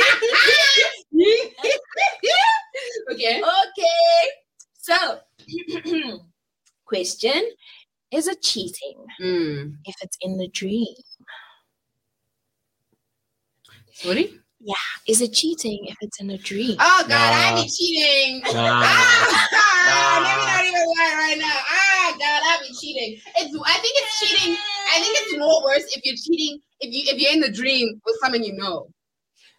Speaker 2: okay.
Speaker 5: okay. So, question: Is it cheating
Speaker 2: Mm.
Speaker 5: if it's in the dream?
Speaker 2: Sorry?
Speaker 5: Is it cheating if it's in a dream?
Speaker 2: Oh, God, I
Speaker 4: Nah.
Speaker 2: be cheating.
Speaker 4: Nah.
Speaker 2: Ah, God, let me
Speaker 4: Nah.
Speaker 2: not even lie right now. Ah, God, I be cheating. It's, I think it's cheating. I think it's more worse if you're cheating, if, you, if you're in the dream with someone you know.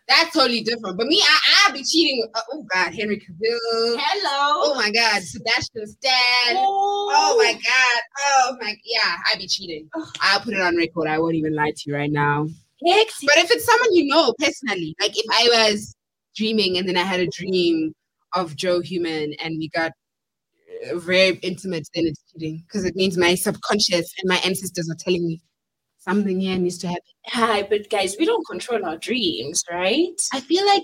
Speaker 2: That's totally different. But me, I, I be cheating. Uh, oh, God, Henry Cavill. Oh,
Speaker 5: Hello.
Speaker 2: my God, Sebastian Stan. Oh
Speaker 5: Oh
Speaker 2: my god. Oh my yeah, I be cheating. I'll put it on record. I won't even lie to you right now.
Speaker 5: Hexy.
Speaker 2: But if it's someone you know personally, like if I was dreaming and then I had a dream of Joe Human and we got uh, very intimate, then it's cheating because it means my subconscious and my ancestors are telling me something here needs to happen.
Speaker 5: Hi, but guys, we don't control our dreams, right?
Speaker 2: I feel like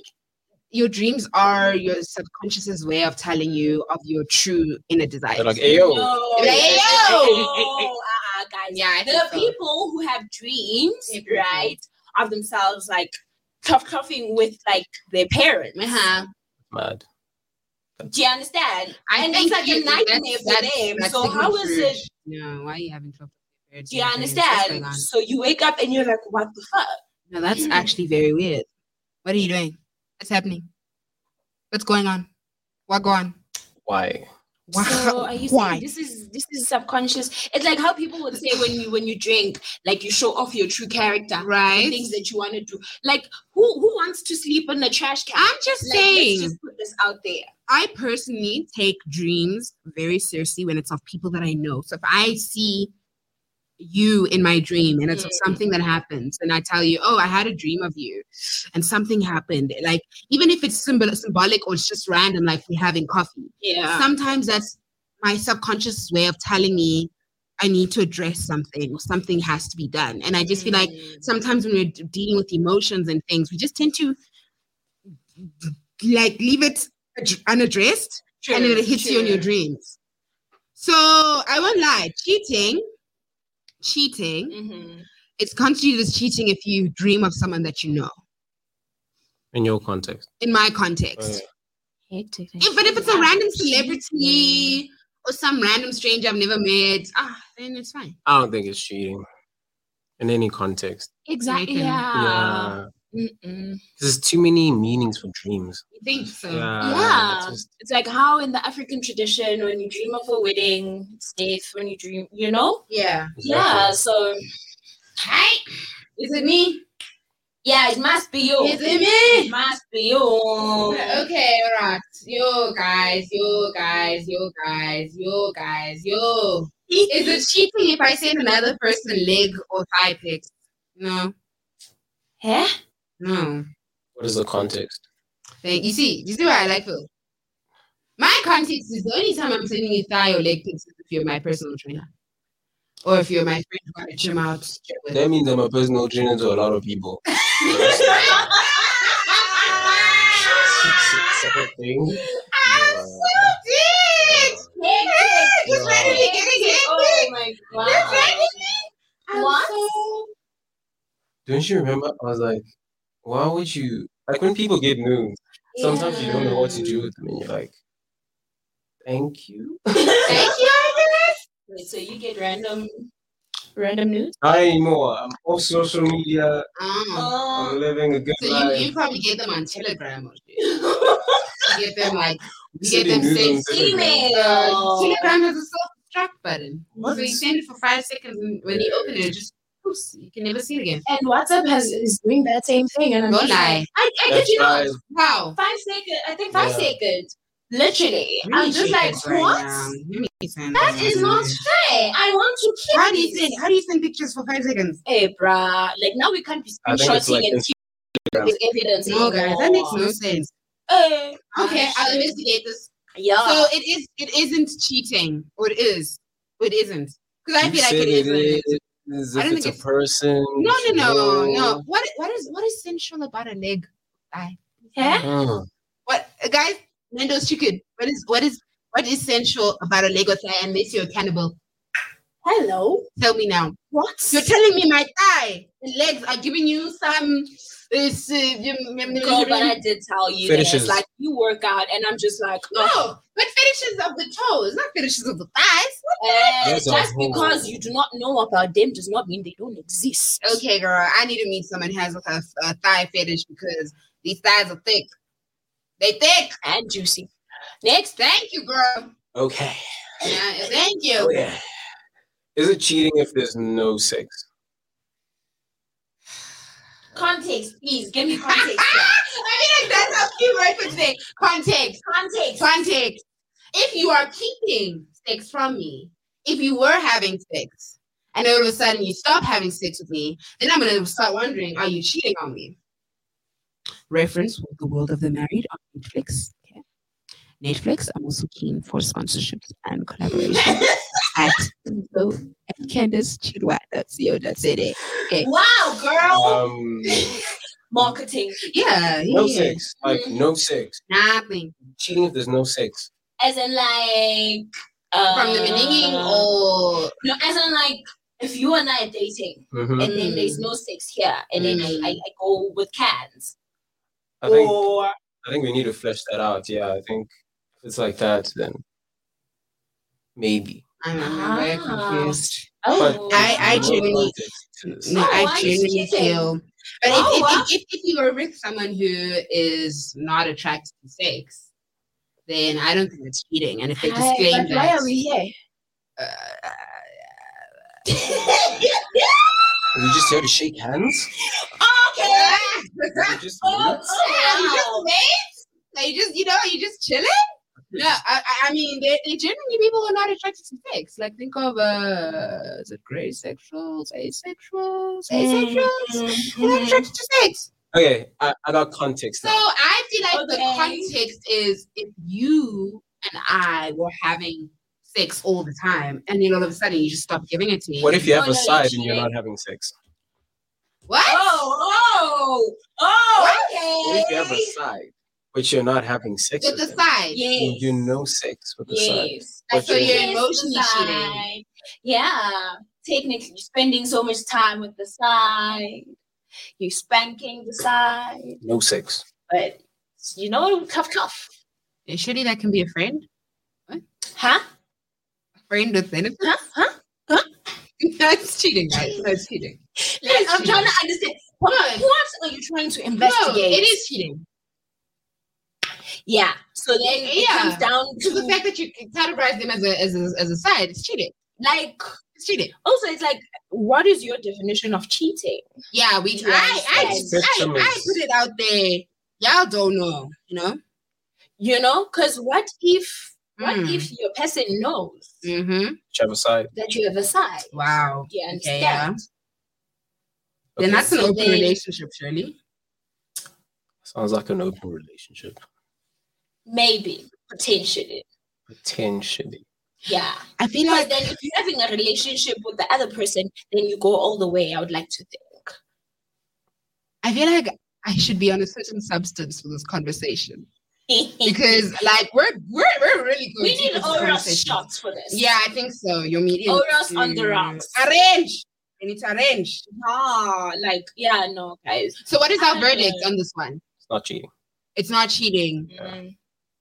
Speaker 2: your dreams are your subconscious's way of telling you of your true inner desires.
Speaker 4: They're like, ayo,
Speaker 5: No.
Speaker 2: Oh. Hey, hey, hey, hey, hey.
Speaker 5: No. Uh-uh, guys.
Speaker 2: Yeah, I
Speaker 5: the
Speaker 2: think so.
Speaker 5: people who have dreams,
Speaker 2: Everything.
Speaker 5: right, of themselves like tough coughing with like their parents.
Speaker 2: Uh-huh.
Speaker 4: mad.
Speaker 5: Do you understand?
Speaker 2: I
Speaker 5: And
Speaker 2: think
Speaker 5: it's like a
Speaker 2: you-
Speaker 5: nightmare for them. So
Speaker 2: the
Speaker 5: how is
Speaker 2: huge-
Speaker 5: it-
Speaker 2: No, why are you having trouble? with your
Speaker 5: Do you
Speaker 2: dreams? What's going
Speaker 5: understand?
Speaker 2: on?
Speaker 5: So you wake up and you're like, what the fuck?
Speaker 2: No, that's actually very weird. What are you doing? What's happening? What's going on? What go on?
Speaker 4: Why?
Speaker 2: Wow.
Speaker 5: So are you
Speaker 2: Why?
Speaker 5: saying this is this is subconscious? It's like how people would say when you when you drink, like you show off your true character, the
Speaker 2: Right?
Speaker 5: things that you want to do. Like who who wants to sleep in a trash can?
Speaker 2: I'm just
Speaker 5: Like,
Speaker 2: saying.
Speaker 5: let's just put this out there.
Speaker 2: I personally take dreams very seriously when it's of people that I know. So if I see you in my dream and it's of
Speaker 5: Mm.
Speaker 2: something that happens, and I tell you, oh, I had a dream of you and something happened, like even if it's symbol- symbolic or it's just random, like we're having coffee,
Speaker 5: Yeah.
Speaker 2: sometimes that's my subconscious way of telling me I need to address something or something has to be done. And I just feel like,
Speaker 5: Mm.
Speaker 2: sometimes when we're d- dealing with emotions and things, we just tend to like leave it ad- unaddressed and then it hits you on your dreams. So I won't lie, cheating, cheating,
Speaker 5: Mm-hmm.
Speaker 2: it's constituted as cheating if you dream of someone that you know,
Speaker 4: In your context.
Speaker 2: in my context.
Speaker 4: Oh,
Speaker 2: If, but if it's a random celebrity or some random stranger I've never met, ah, then it's fine.
Speaker 4: I don't think it's cheating. In any context.
Speaker 5: Exactly.
Speaker 2: Nathan.
Speaker 5: Yeah.
Speaker 4: Yeah.
Speaker 5: Mm-mm.
Speaker 4: There's too many meanings for dreams.
Speaker 2: You think so?
Speaker 4: Yeah.
Speaker 5: Yeah.
Speaker 4: it's just-
Speaker 5: It's like how in the African tradition, when you dream of a wedding, it's death. When you dream, you know.
Speaker 2: Yeah.
Speaker 5: Yeah. So
Speaker 2: Hi. Is it me?
Speaker 5: yeah, it must be you.
Speaker 2: Is it me?
Speaker 5: It must be you.
Speaker 2: Oh, Okay, all right. Yo, guys, yo, guys, yo, guys, yo, guys, yo. Is it cheating if I send another person leg or thigh pics? No,
Speaker 5: Huh?
Speaker 2: no.
Speaker 4: What is the context?
Speaker 2: Thank you. See, you see why I like Phil? My context is the only time I'm sending you thigh or leg pics is if you're my personal trainer. Or if you're my friend who got a gym out. to get with.
Speaker 4: That means I'm a personal trainer to a lot of people.
Speaker 5: Ah.
Speaker 4: Separate thing. Yeah.
Speaker 2: Just randomly getting dick
Speaker 5: Oh my
Speaker 2: Just
Speaker 5: god.
Speaker 2: randomly. I'm
Speaker 5: What?
Speaker 2: so-
Speaker 4: Don't you remember? I was like, why would you? Like when people get new, sometimes you don't know what to do with them, and you're like, thank you.
Speaker 2: Thank you.
Speaker 5: Wait, so you get random, random news.
Speaker 4: I more. I'm off social media.
Speaker 2: Oh.
Speaker 5: Oh.
Speaker 4: I'm living a good
Speaker 2: So you,
Speaker 4: life.
Speaker 2: you probably get them on Telegram or shit. You get them like
Speaker 4: Silly
Speaker 2: get them
Speaker 4: news on
Speaker 2: sent
Speaker 4: Telegram.
Speaker 2: Uh,
Speaker 5: Email.
Speaker 2: Telegram has a self-destruct button.
Speaker 4: What?
Speaker 2: So you send it for five seconds, and when you open it, it just oops, you can never see it again.
Speaker 5: And WhatsApp has is doing that same thing. And I'm
Speaker 2: Don't
Speaker 5: just
Speaker 2: lie.
Speaker 5: like, I, I did
Speaker 4: That's
Speaker 5: you know
Speaker 4: right.
Speaker 2: Wow.
Speaker 5: five seconds. I think five
Speaker 4: Yeah.
Speaker 5: seconds. Literally, I'm just like, what?
Speaker 2: That
Speaker 5: That is not fair. I want to kill
Speaker 2: How do you
Speaker 5: this.
Speaker 2: send? How do you send pictures for five seconds?
Speaker 5: Hey, bruh. Like now we can't be
Speaker 4: I think it's
Speaker 5: screenshotting
Speaker 4: like
Speaker 5: and
Speaker 4: Instagram.
Speaker 5: with evidence.
Speaker 2: No, guys, that makes
Speaker 5: anymore.
Speaker 2: no sense.
Speaker 5: Hey.
Speaker 2: Okay, I'll investigate this.
Speaker 5: Yeah.
Speaker 2: So it is. It isn't cheating, or it is. It isn't. Because I
Speaker 4: You
Speaker 2: feel like
Speaker 4: said
Speaker 2: it is.
Speaker 4: is
Speaker 2: I
Speaker 4: if
Speaker 2: don't
Speaker 4: it's a
Speaker 2: think it's-
Speaker 4: person.
Speaker 2: No, no,
Speaker 4: you
Speaker 2: no, no.
Speaker 4: know.
Speaker 2: What? What is? What is sensual about a leg? I
Speaker 5: yeah.
Speaker 4: Mm.
Speaker 2: What uh, guys? Nando's chicken. What is what is what is sensual about a Lego thigh unless you're a cannibal?
Speaker 5: Hello.
Speaker 2: Tell me now.
Speaker 5: What?
Speaker 2: You're telling me my thigh and legs are giving you some. It's, uh, mm, mm, mm,
Speaker 5: Girl,
Speaker 2: mm,
Speaker 5: but
Speaker 2: mm.
Speaker 5: I did tell you
Speaker 4: Fetishes.
Speaker 5: this. Like you work out, and I'm just like, oh,
Speaker 2: no, but fetishes of the toes, not fetishes of the thighs.
Speaker 5: eh,
Speaker 4: There's a
Speaker 5: just
Speaker 4: whole-
Speaker 5: because you do not know about them does not mean they don't exist.
Speaker 2: Okay, girl, I need to meet someone who has a, a thigh fetish because these thighs are thick. They thick.
Speaker 5: And juicy. Next,
Speaker 2: Thank you, girl.
Speaker 4: Okay.
Speaker 2: Yeah, thank you.
Speaker 4: Okay. Is it cheating if there's no sex?
Speaker 5: context, please give me context.
Speaker 2: I mean, like, that's how cute I could say. Context.
Speaker 5: context.
Speaker 2: context. If you are keeping sex from me, if you were having sex, and then all of a sudden you stop having sex with me, then I'm gonna start wondering, are you cheating on me? Reference The World of the Married on Netflix. Okay. Netflix, I'm also keen for sponsorships and collaborations at info at candice.co.za. Okay.
Speaker 3: Wow, girl.
Speaker 4: Um,
Speaker 5: Marketing
Speaker 2: Yeah,
Speaker 4: no
Speaker 2: yeah. Mm-hmm.
Speaker 4: sex, like no sex.
Speaker 2: Nothing.
Speaker 4: Cheating if there's no sex.
Speaker 5: as in like uh,
Speaker 2: From the beginning oh. or
Speaker 5: no, as in like if you and I are dating
Speaker 4: Mhm.
Speaker 5: and then there's no sex here and then
Speaker 2: Mm.
Speaker 5: I, I, I go with cans
Speaker 4: I think
Speaker 5: or
Speaker 4: I think we need to flesh that out. Yeah, I think if it's like that, then maybe.
Speaker 2: I'm, I'm very
Speaker 5: Ah.
Speaker 2: confused.
Speaker 5: oh
Speaker 2: I- I
Speaker 4: there's no
Speaker 2: genuinely-
Speaker 4: context to this.
Speaker 2: No,
Speaker 5: Oh,
Speaker 2: I
Speaker 5: I
Speaker 2: genuinely
Speaker 5: see.
Speaker 2: feel. But
Speaker 5: Oh,
Speaker 2: if,
Speaker 5: wow.
Speaker 2: if, if, if you are with someone who is not attracted to sex, then I don't think it's cheating. And if they
Speaker 5: Hi,
Speaker 2: disclaim
Speaker 3: But why
Speaker 2: that,
Speaker 3: are we here?
Speaker 4: Are we just here to shake hands?
Speaker 5: okay
Speaker 4: Are we just
Speaker 5: oh,
Speaker 4: mates?
Speaker 2: you just
Speaker 5: oh, wow.
Speaker 2: mates? Like, you just you know you just chilling. No, I, I- I mean they, they generally people who are not attracted to sex. Like think of uh, is it gray sexuals, asexuals,
Speaker 3: Mm.
Speaker 2: asexuals,
Speaker 4: Mm-hmm.
Speaker 2: They're not attracted to sex.
Speaker 4: Okay, I, I got context
Speaker 2: So
Speaker 4: now.
Speaker 2: I feel like the
Speaker 5: Okay.
Speaker 2: context is if you and I were having sex all the time, and then all of a sudden you just stop giving it to me.
Speaker 4: What if you have
Speaker 5: No,
Speaker 4: a
Speaker 5: no, you
Speaker 4: side and you're
Speaker 5: cheated.
Speaker 4: not having sex?
Speaker 2: What?
Speaker 5: oh oh oh
Speaker 4: What
Speaker 5: okay
Speaker 4: if you have a side but you're not having sex
Speaker 2: With
Speaker 4: with
Speaker 2: the
Speaker 4: them?
Speaker 2: side.
Speaker 4: You-
Speaker 5: yes
Speaker 4: You know sex with the side.
Speaker 5: yes
Speaker 4: but
Speaker 2: so
Speaker 4: you-
Speaker 2: you're
Speaker 5: Kiss the
Speaker 2: emotionally cheating.
Speaker 5: side. Yeah, technically, you're spending so much time with the side. You're spanking the side,
Speaker 4: No sex.
Speaker 5: but you know, cuff cuff,
Speaker 2: Yeah, Surely that can be a friend.
Speaker 5: huh?
Speaker 2: A friend with benefits.
Speaker 5: Huh? Huh?
Speaker 2: That's cheating, right? That's cheating.
Speaker 5: Like, I'm trying to understand. What,
Speaker 2: No.
Speaker 5: what are you trying to
Speaker 2: No,
Speaker 5: investigate?
Speaker 2: it is cheating.
Speaker 5: Yeah. So then it
Speaker 2: Yeah.
Speaker 5: comes down
Speaker 2: To the
Speaker 5: to
Speaker 2: fact that you categorize them as a as a, as a side, it's cheating.
Speaker 5: like.
Speaker 2: It's cheating.
Speaker 5: Also, it's like, what is your definition of cheating?
Speaker 2: Yeah, we.
Speaker 5: Yeah,
Speaker 2: I I,
Speaker 5: it's
Speaker 2: I, I
Speaker 4: spectrum is-
Speaker 2: put it out there. Y'all don't know, you know.
Speaker 5: You know, because what if what
Speaker 2: Mm.
Speaker 5: if your person knows
Speaker 2: Mm-hmm.
Speaker 4: Which have a side.
Speaker 5: that you have a side?
Speaker 2: Wow.
Speaker 5: You
Speaker 2: Okay,
Speaker 5: understand?
Speaker 2: yeah. Then
Speaker 4: Okay,
Speaker 2: that's an
Speaker 5: So
Speaker 2: open
Speaker 5: then-
Speaker 2: relationship, surely.
Speaker 4: Sounds like an open relationship.
Speaker 5: Maybe potentially.
Speaker 4: Potentially.
Speaker 5: Yeah.
Speaker 2: I feel
Speaker 5: Because then if you're having a relationship with the other person, then you go all the way, I would like to think.
Speaker 2: I feel like I should be on a certain substance for this conversation because, like, we're we're we're really good.
Speaker 5: we need oral shots for this.
Speaker 2: Yeah, I think so. Your meeting.
Speaker 5: Oros on the rocks.
Speaker 2: Arrange. I need to arrange.
Speaker 5: Ah, like, yeah, no, guys.
Speaker 2: So, what is our
Speaker 5: Ah.
Speaker 2: verdict on this one?
Speaker 4: It's not cheating.
Speaker 2: It's not cheating
Speaker 5: Mm,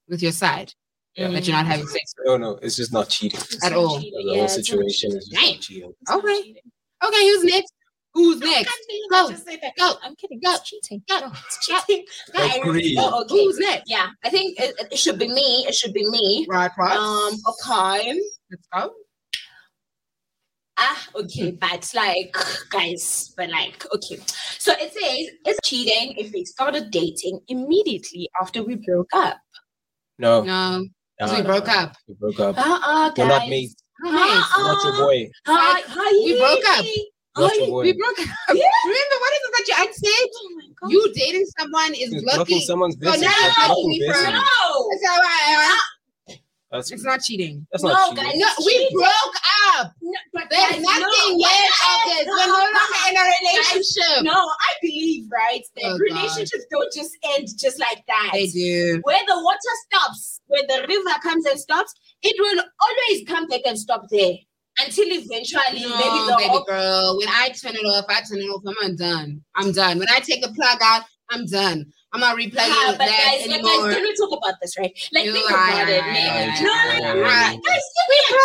Speaker 2: with your side
Speaker 4: Yeah.
Speaker 2: that you're not having sex.
Speaker 4: No, no, it's just not cheating.
Speaker 5: it's
Speaker 2: At
Speaker 5: not
Speaker 2: all.
Speaker 5: cheating.
Speaker 4: The
Speaker 5: Yeah,
Speaker 4: whole
Speaker 5: it's not
Speaker 4: situation
Speaker 5: cheating.
Speaker 4: is just not cheating.
Speaker 5: It's not
Speaker 2: Okay.
Speaker 5: cheating.
Speaker 2: Okay, who's next? Who's next?
Speaker 5: Can't believe
Speaker 2: Go.
Speaker 5: I just said that.
Speaker 2: Go.
Speaker 5: I'm kidding.
Speaker 2: Go.
Speaker 5: It's cheating.
Speaker 2: Go.
Speaker 5: No, it's cheating. Guys,
Speaker 4: Agree.
Speaker 5: oh, okay.
Speaker 2: Who's next?
Speaker 5: Yeah, I think it, it should be me. It should be me.
Speaker 2: Right, right.
Speaker 5: Um, okay.
Speaker 2: Let's go.
Speaker 5: Ah,
Speaker 2: Hmm.
Speaker 5: okay, but like, guys, but like, okay. So it says it's cheating if they started dating immediately after we broke up.
Speaker 4: No.
Speaker 2: No,
Speaker 4: no,
Speaker 2: we
Speaker 4: no,
Speaker 2: broke
Speaker 4: no.
Speaker 2: up.
Speaker 4: We broke up.
Speaker 5: Uh
Speaker 2: Uh-uh,
Speaker 5: uh, guys.
Speaker 4: You're not me.
Speaker 2: Nice.
Speaker 4: You're not your
Speaker 5: Uh-uh.
Speaker 4: boy.
Speaker 5: Hi, hi.
Speaker 2: We broke up.
Speaker 4: Not your
Speaker 5: Hi.
Speaker 4: boy.
Speaker 2: We broke up. Remember, what is it that you I said?
Speaker 5: Oh my God.
Speaker 2: You dating someone is
Speaker 4: It's blocking
Speaker 2: blocking.
Speaker 4: someone's
Speaker 2: Oh,
Speaker 4: business.
Speaker 2: now
Speaker 4: You're
Speaker 2: you're
Speaker 4: blocking
Speaker 2: blocking me
Speaker 5: Oh
Speaker 2: from-
Speaker 4: business.
Speaker 5: No.
Speaker 2: That's all right,
Speaker 4: That's,
Speaker 2: It's not cheating.
Speaker 4: that's
Speaker 5: No,
Speaker 4: not
Speaker 5: guys.
Speaker 4: cheating.
Speaker 2: No, we
Speaker 5: Cheating.
Speaker 2: broke up.
Speaker 5: No, but
Speaker 2: There's
Speaker 5: guys,
Speaker 2: nothing
Speaker 5: no.
Speaker 2: yet of this. We're no
Speaker 5: No,
Speaker 2: longer in a relationship.
Speaker 5: No, I believe right that
Speaker 2: Oh, God.
Speaker 5: relationships don't just end just like that.
Speaker 2: I do.
Speaker 5: where the water stops, where the river comes and stops, it will always come back and stop there until eventually maybe
Speaker 2: No,
Speaker 5: the
Speaker 2: baby
Speaker 5: op-
Speaker 2: girl. When I turn it off, I turn it off. I'm done. I'm done. When I take the plug out, I'm done. I'm not replugging
Speaker 5: Ah, but
Speaker 2: that
Speaker 5: guys, like,
Speaker 2: anymore.
Speaker 5: guys, can we talk about this, right? Like,
Speaker 2: You
Speaker 5: think
Speaker 2: are-
Speaker 5: about it, man.
Speaker 4: Guys,
Speaker 5: No, no, no, no,
Speaker 4: guys.
Speaker 5: guys, we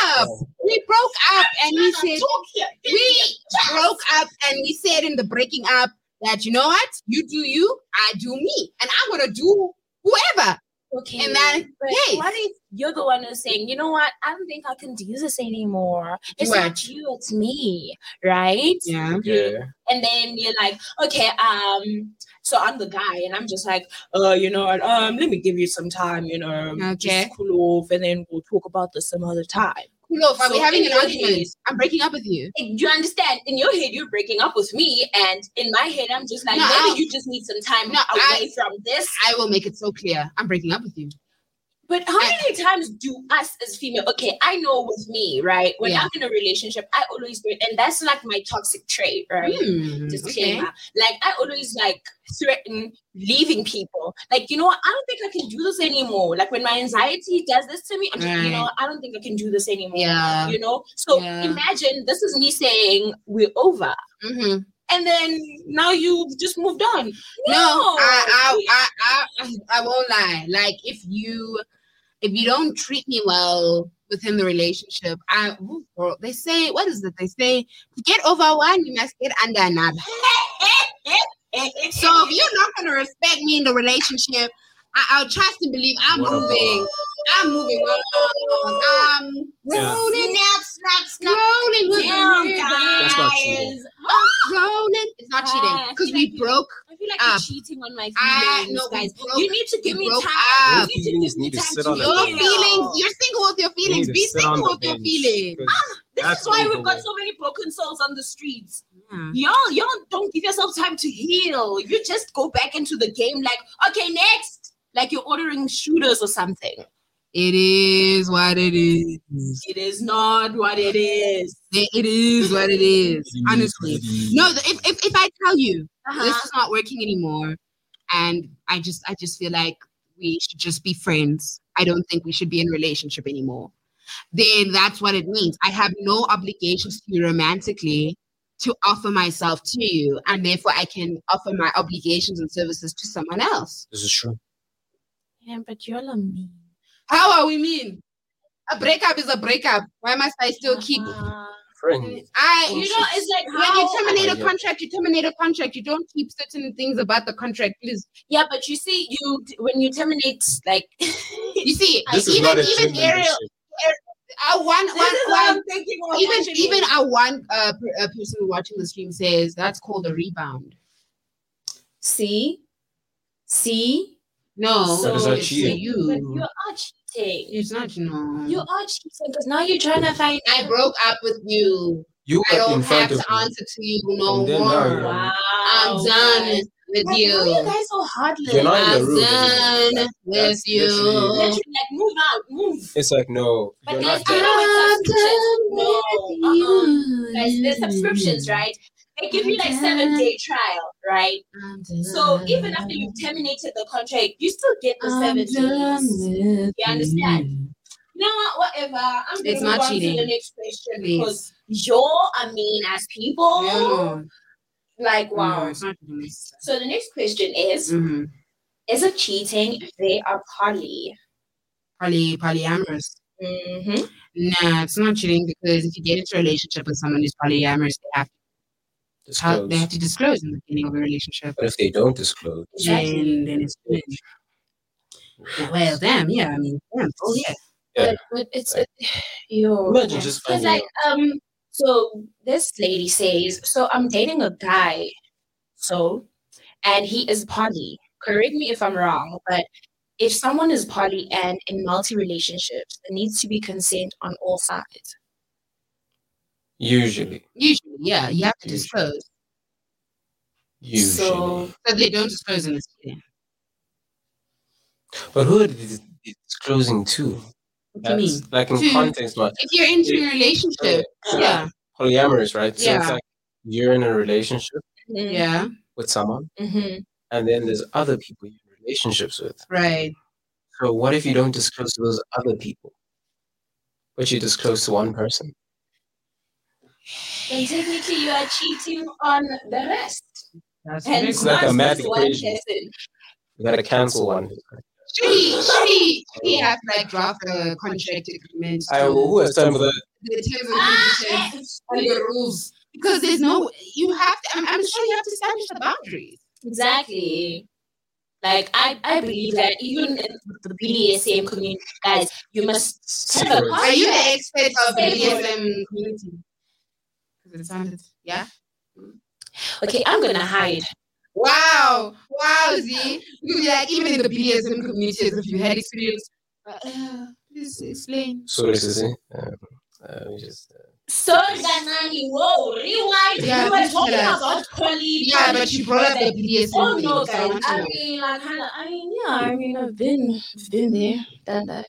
Speaker 2: up. We broke up, and we said
Speaker 5: Talk here.
Speaker 2: we broke up and we said in the breaking up that you know what you do you i do me and i'm gonna do whoever
Speaker 5: Okay,
Speaker 2: And then-
Speaker 5: but
Speaker 2: hey.
Speaker 5: what if you're the one who's saying, you know what? I don't think I can do this anymore. It's
Speaker 2: What?
Speaker 5: not you, it's me, right?
Speaker 2: yeah
Speaker 4: Yeah.
Speaker 5: and then you're like, okay, um, so I'm the guy, and I'm just like, uh, you know, what, um, let me give you some time, you know, um,
Speaker 2: Okay.
Speaker 5: just cool off, and then we'll talk about this some other time.
Speaker 2: Look, are we
Speaker 5: So
Speaker 2: having an
Speaker 5: in your
Speaker 2: argument?
Speaker 5: head-
Speaker 2: I'm breaking up with you.
Speaker 5: Do you understand? In your head, you're breaking up with me, and in my head, I'm just like,
Speaker 2: No,
Speaker 5: maybe
Speaker 2: I-
Speaker 5: you just need some time
Speaker 2: No,
Speaker 5: away from this.
Speaker 2: I will make it so clear. I'm breaking up with you.
Speaker 5: But how
Speaker 2: I-
Speaker 5: many times do us as female? Okay, I know with me, right? When
Speaker 2: Yeah.
Speaker 5: I'm in a relationship, I always do it, and that's like my toxic trait, right?
Speaker 2: Hmm, okay.
Speaker 5: Disclaimer. Like I always like threaten leaving people. Like you know, what? I don't think I can do this anymore. Like when my anxiety does this to me, I'm just, you know, I don't think I can do this anymore.
Speaker 2: Yeah.
Speaker 5: You know, so
Speaker 2: Yeah.
Speaker 5: imagine this is me saying we're over,
Speaker 2: hmm
Speaker 5: and then now you just moved on. No,
Speaker 2: No, I, I, I, I, I won't lie. Like if you, if you don't treat me well within the relationship, I, ooh, girl, they say, what is it? They say, to get over one, you must get under another. So if you're not gonna respect me in the relationship, I, I'll trust and believe I'm
Speaker 4: Wow.
Speaker 2: moving. I'm moving well along. I'm
Speaker 4: Yeah.
Speaker 2: rolling,
Speaker 5: snap, snap,
Speaker 2: rolling with
Speaker 5: Damn,
Speaker 2: the
Speaker 5: guys.
Speaker 4: That's
Speaker 2: river.
Speaker 4: not cheating.
Speaker 2: Rolling. It's not cheating
Speaker 5: Ah,
Speaker 2: because we
Speaker 5: like-
Speaker 2: broke.
Speaker 5: I feel like you're
Speaker 2: up.
Speaker 5: cheating on my feelings,
Speaker 2: I Ah. no, we
Speaker 5: guys.
Speaker 2: broke.
Speaker 5: you need to give me
Speaker 2: broke
Speaker 5: time.
Speaker 2: up.
Speaker 5: You need to
Speaker 4: Feelings
Speaker 5: give me
Speaker 4: need to
Speaker 5: time
Speaker 4: sit
Speaker 5: to
Speaker 4: on the
Speaker 2: Your
Speaker 4: Yeah.
Speaker 5: heal.
Speaker 2: feelings. You're single with your
Speaker 4: You need
Speaker 2: feelings.
Speaker 4: to
Speaker 2: Be
Speaker 4: sit on
Speaker 2: single
Speaker 4: the
Speaker 2: with your
Speaker 4: bench,
Speaker 2: feelings.
Speaker 4: 'cause
Speaker 5: This
Speaker 4: that's
Speaker 5: is why
Speaker 4: all the
Speaker 5: we've got
Speaker 4: way.
Speaker 5: so many broken souls on the streets. Y'all, y'all don't give yourself time to heal. You just go back into the game like, okay, next. Like you're ordering shooters or something.
Speaker 2: It is what it is.
Speaker 5: It is not what it is.
Speaker 2: It is what it is.
Speaker 4: It is
Speaker 2: Honestly.
Speaker 4: what it is.
Speaker 2: No, the- if, if, if I tell you this
Speaker 5: Uh-huh.
Speaker 2: is not working anymore, and I just I just feel like we should just be friends. I don't think we should be in a relationship anymore. Then that's what it means. I have no obligations to you romantically to offer myself to you, and therefore I can offer my obligations and services to someone else.
Speaker 4: This is true.
Speaker 5: Yeah, but y'all are mean.
Speaker 2: How are we mean? A breakup is a breakup. Why must I still keep?
Speaker 5: Uh-huh.
Speaker 4: Friend.
Speaker 2: I
Speaker 5: You know, it's like
Speaker 2: Uh, when you
Speaker 5: how
Speaker 2: terminate a
Speaker 4: Yeah.
Speaker 2: contract, you terminate a contract. You don't keep certain things about the contract. Please,
Speaker 5: Yeah, but you see, you when you terminate, like
Speaker 2: you see,
Speaker 5: I-
Speaker 4: This is
Speaker 2: even
Speaker 4: not a
Speaker 2: even
Speaker 4: gentleman
Speaker 2: Ariel,
Speaker 4: ship.
Speaker 2: I one
Speaker 5: This
Speaker 2: one
Speaker 5: is um, what
Speaker 2: one.
Speaker 5: I'm thinking of
Speaker 2: Even
Speaker 5: actually.
Speaker 2: even a one uh, per- uh, person watching the stream says that's called a rebound.
Speaker 1: See? See?
Speaker 2: No,
Speaker 4: That is
Speaker 2: Oh, it's
Speaker 4: not
Speaker 2: to
Speaker 4: cheating.
Speaker 5: But
Speaker 2: you.
Speaker 5: you are cheating.
Speaker 2: It's not you. know.
Speaker 5: You are cheating because now you're trying to find.
Speaker 2: I broke up with you.
Speaker 4: You
Speaker 2: I
Speaker 4: are in
Speaker 2: don't have
Speaker 4: front of
Speaker 2: to
Speaker 4: me.
Speaker 2: answer to you no
Speaker 4: And then now you're-
Speaker 2: more.
Speaker 5: Wow.
Speaker 2: I'm done with
Speaker 5: Like, Why are you
Speaker 2: you.
Speaker 5: guys so heartless?
Speaker 4: You're not in the
Speaker 2: I'm
Speaker 4: room, isn't it?
Speaker 2: done with
Speaker 4: That's literally
Speaker 2: you.
Speaker 5: Literally, like move out, move.
Speaker 4: It's like, no,
Speaker 5: But
Speaker 4: you're
Speaker 5: guys,
Speaker 4: not
Speaker 5: I
Speaker 4: that.
Speaker 2: I'm done
Speaker 5: No,
Speaker 2: with
Speaker 5: uh-uh.
Speaker 2: you.
Speaker 5: Guys, there's subscriptions,
Speaker 2: Mm.
Speaker 5: right? They give you like seven day trial, right?
Speaker 2: I'm done.
Speaker 5: So even after you've terminated the contract, you still get the seven days.
Speaker 1: with
Speaker 5: You understand? You know what? Whatever. I'm gonna
Speaker 2: It's
Speaker 5: move
Speaker 2: not
Speaker 5: on
Speaker 2: cheating.
Speaker 5: to the next question
Speaker 2: Please.
Speaker 5: because y'all are mean as people.
Speaker 2: No,
Speaker 5: Like wow.
Speaker 2: no, it's not you.
Speaker 5: So the next question is:
Speaker 2: Mhm.
Speaker 5: Is it cheating if they are poly?
Speaker 2: Poly polyamorous.
Speaker 5: Mm-hmm.
Speaker 2: Nah, it's not cheating because if you get into a relationship with someone who's polyamorous, they have to tell, they
Speaker 4: Disclose.
Speaker 2: have to disclose in the beginning of a relationship.
Speaker 4: But if they don't disclose,
Speaker 5: Exactly.
Speaker 2: Then, then it's good. Yeah, well, damn, yeah, I mean, damn, oh yeah.
Speaker 4: Yeah.
Speaker 5: But, but it's it, yo.
Speaker 4: imagine just
Speaker 5: Because
Speaker 4: finding
Speaker 5: like
Speaker 4: out.
Speaker 5: um, so this lady says, so I'm dating a guy, so, and he is poly. Correct me if I'm wrong, but if someone is poly and in multi relationships, there needs to be consent on all sides.
Speaker 4: Usually.
Speaker 2: Usually, yeah, you have to
Speaker 4: Usually.
Speaker 2: disclose.
Speaker 4: Usually.
Speaker 5: So
Speaker 2: But they don't disclose in this cheating.
Speaker 4: But who are they disclosing to?
Speaker 2: What do you mean?
Speaker 4: That's like in
Speaker 2: To-
Speaker 4: context, but
Speaker 2: If you're into a relationship, yeah,
Speaker 4: polyamorous, right? So it's
Speaker 2: Yeah.
Speaker 4: like you're in a relationship
Speaker 2: yeah,
Speaker 4: with someone,
Speaker 5: hmm
Speaker 4: and then there's other people you're in relationships with.
Speaker 2: right.
Speaker 4: So what if you don't disclose to those other people, but you disclose to one person?
Speaker 5: Then technically, you are cheating on the rest.
Speaker 2: That's
Speaker 5: And
Speaker 2: very
Speaker 4: It's
Speaker 2: cool.
Speaker 4: like a
Speaker 5: not
Speaker 4: math
Speaker 5: just one
Speaker 4: equation.
Speaker 5: person.
Speaker 4: You gotta cancel one.
Speaker 2: She, she, she has like draft a contract agreement.
Speaker 4: I
Speaker 2: to-
Speaker 4: who has time for that?
Speaker 2: the terms
Speaker 5: Ah,
Speaker 2: and conditions.
Speaker 5: eh,
Speaker 2: and the rules because there's no you have to I'm, I'm sure you have to establish the boundaries
Speaker 5: Exactly. Like I, I believe that even in the BDSM community, guys, you must have a
Speaker 4: Secrets.
Speaker 2: are you the
Speaker 5: contract.
Speaker 2: expert of the
Speaker 5: Same word.
Speaker 2: BDSM community 'Cause it sounded yeah
Speaker 5: Okay, I'm gonna hide.
Speaker 2: wow wow Z you could be like even in the BDSM community as if you had experience uh, uh, please explain
Speaker 4: Sorry, Sissy. Uh, Uh, we just, uh,
Speaker 3: So Ganani, whoa, rewind.
Speaker 2: Yeah,
Speaker 3: we were
Speaker 2: but-
Speaker 3: talking about poly.
Speaker 2: Yeah, but you brought up the BDSM.
Speaker 3: Oh
Speaker 2: thing,
Speaker 3: no,
Speaker 2: so
Speaker 3: guys.
Speaker 2: want to
Speaker 3: I
Speaker 2: know.
Speaker 3: mean, like, kind of, I mean,
Speaker 5: Yeah, I mean, I've been, I've been there, done that.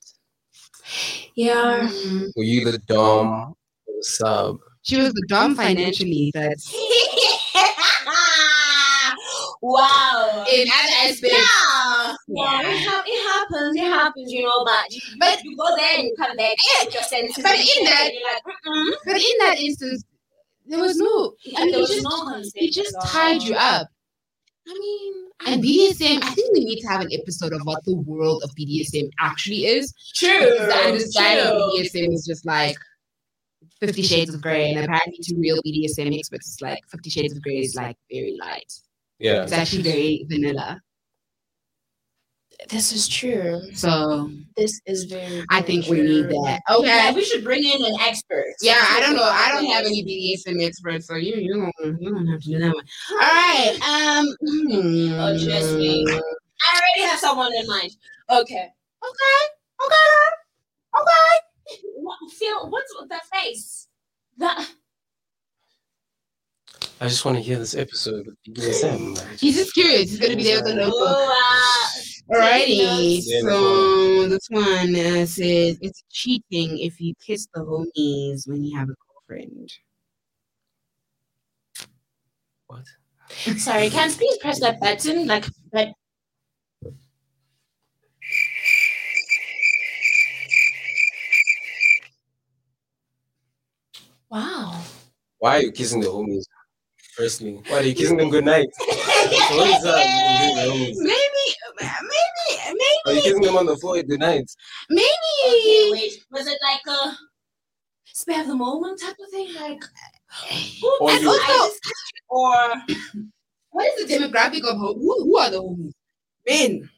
Speaker 5: Yeah.
Speaker 4: were you the dom or the sub?
Speaker 2: She was the dumb financially, but
Speaker 3: yeah. wow.
Speaker 2: in other aspects,
Speaker 3: yeah, yeah, It, ha- it happens. It happens, you know. But you,
Speaker 2: But-
Speaker 3: you go there and you come back. with your senses
Speaker 2: but
Speaker 3: and
Speaker 2: in that-
Speaker 3: you're like, mm-mm.
Speaker 2: but in that instance, there was no. I mean,
Speaker 3: There
Speaker 2: he
Speaker 3: was
Speaker 2: just
Speaker 3: no consent
Speaker 2: he just
Speaker 3: at all.
Speaker 2: tied you up. I mean, and BDSM. I think we need to have an episode of what the world of BDSM actually is.
Speaker 3: True.
Speaker 2: Because the understanding of
Speaker 3: true.
Speaker 2: BDSM is just like Fifty Shades of Grey, and apparently to real BDSM experts, it's like Fifty Shades of Grey is like very light.
Speaker 4: Yeah.
Speaker 2: It's actually very vanilla.
Speaker 5: This is true.
Speaker 2: So
Speaker 5: This is very.
Speaker 2: I think we need that. Okay.
Speaker 3: Yeah, we should bring in an expert.
Speaker 2: Yeah, I don't know. I don't have any BDSM experts, so you you don't you don't have to do that one. All right. Um. hmm.
Speaker 3: Oh, just me. I already have someone in mind. Okay.
Speaker 2: Okay. Okay. Okay.
Speaker 3: What, Phil, what's with the face? The,
Speaker 4: I just want to hear this episode of BDSM. man.
Speaker 2: He's just curious. He's gonna be there with a notebook.
Speaker 3: oh,
Speaker 2: Alrighty.
Speaker 3: Yes.
Speaker 2: So this one uh, says it's cheating if you kiss the homies when you have a girlfriend.
Speaker 4: What?
Speaker 5: Sorry, can you please press that button? Like, but wow.
Speaker 4: Why are you kissing the homies? Firstly, why are you kissing them good night? What is up?
Speaker 3: uh,
Speaker 4: Homies.
Speaker 2: Maybe. Maybe.
Speaker 4: Are you kissing them on the forehead good night?
Speaker 3: okay,
Speaker 2: Maybe.
Speaker 3: wait. Was it like a spare the moment type of thing? Like,
Speaker 4: Or
Speaker 3: oops,
Speaker 4: you-
Speaker 3: I just- or
Speaker 2: What is the demographic of ho- who? Who are the homies? Men.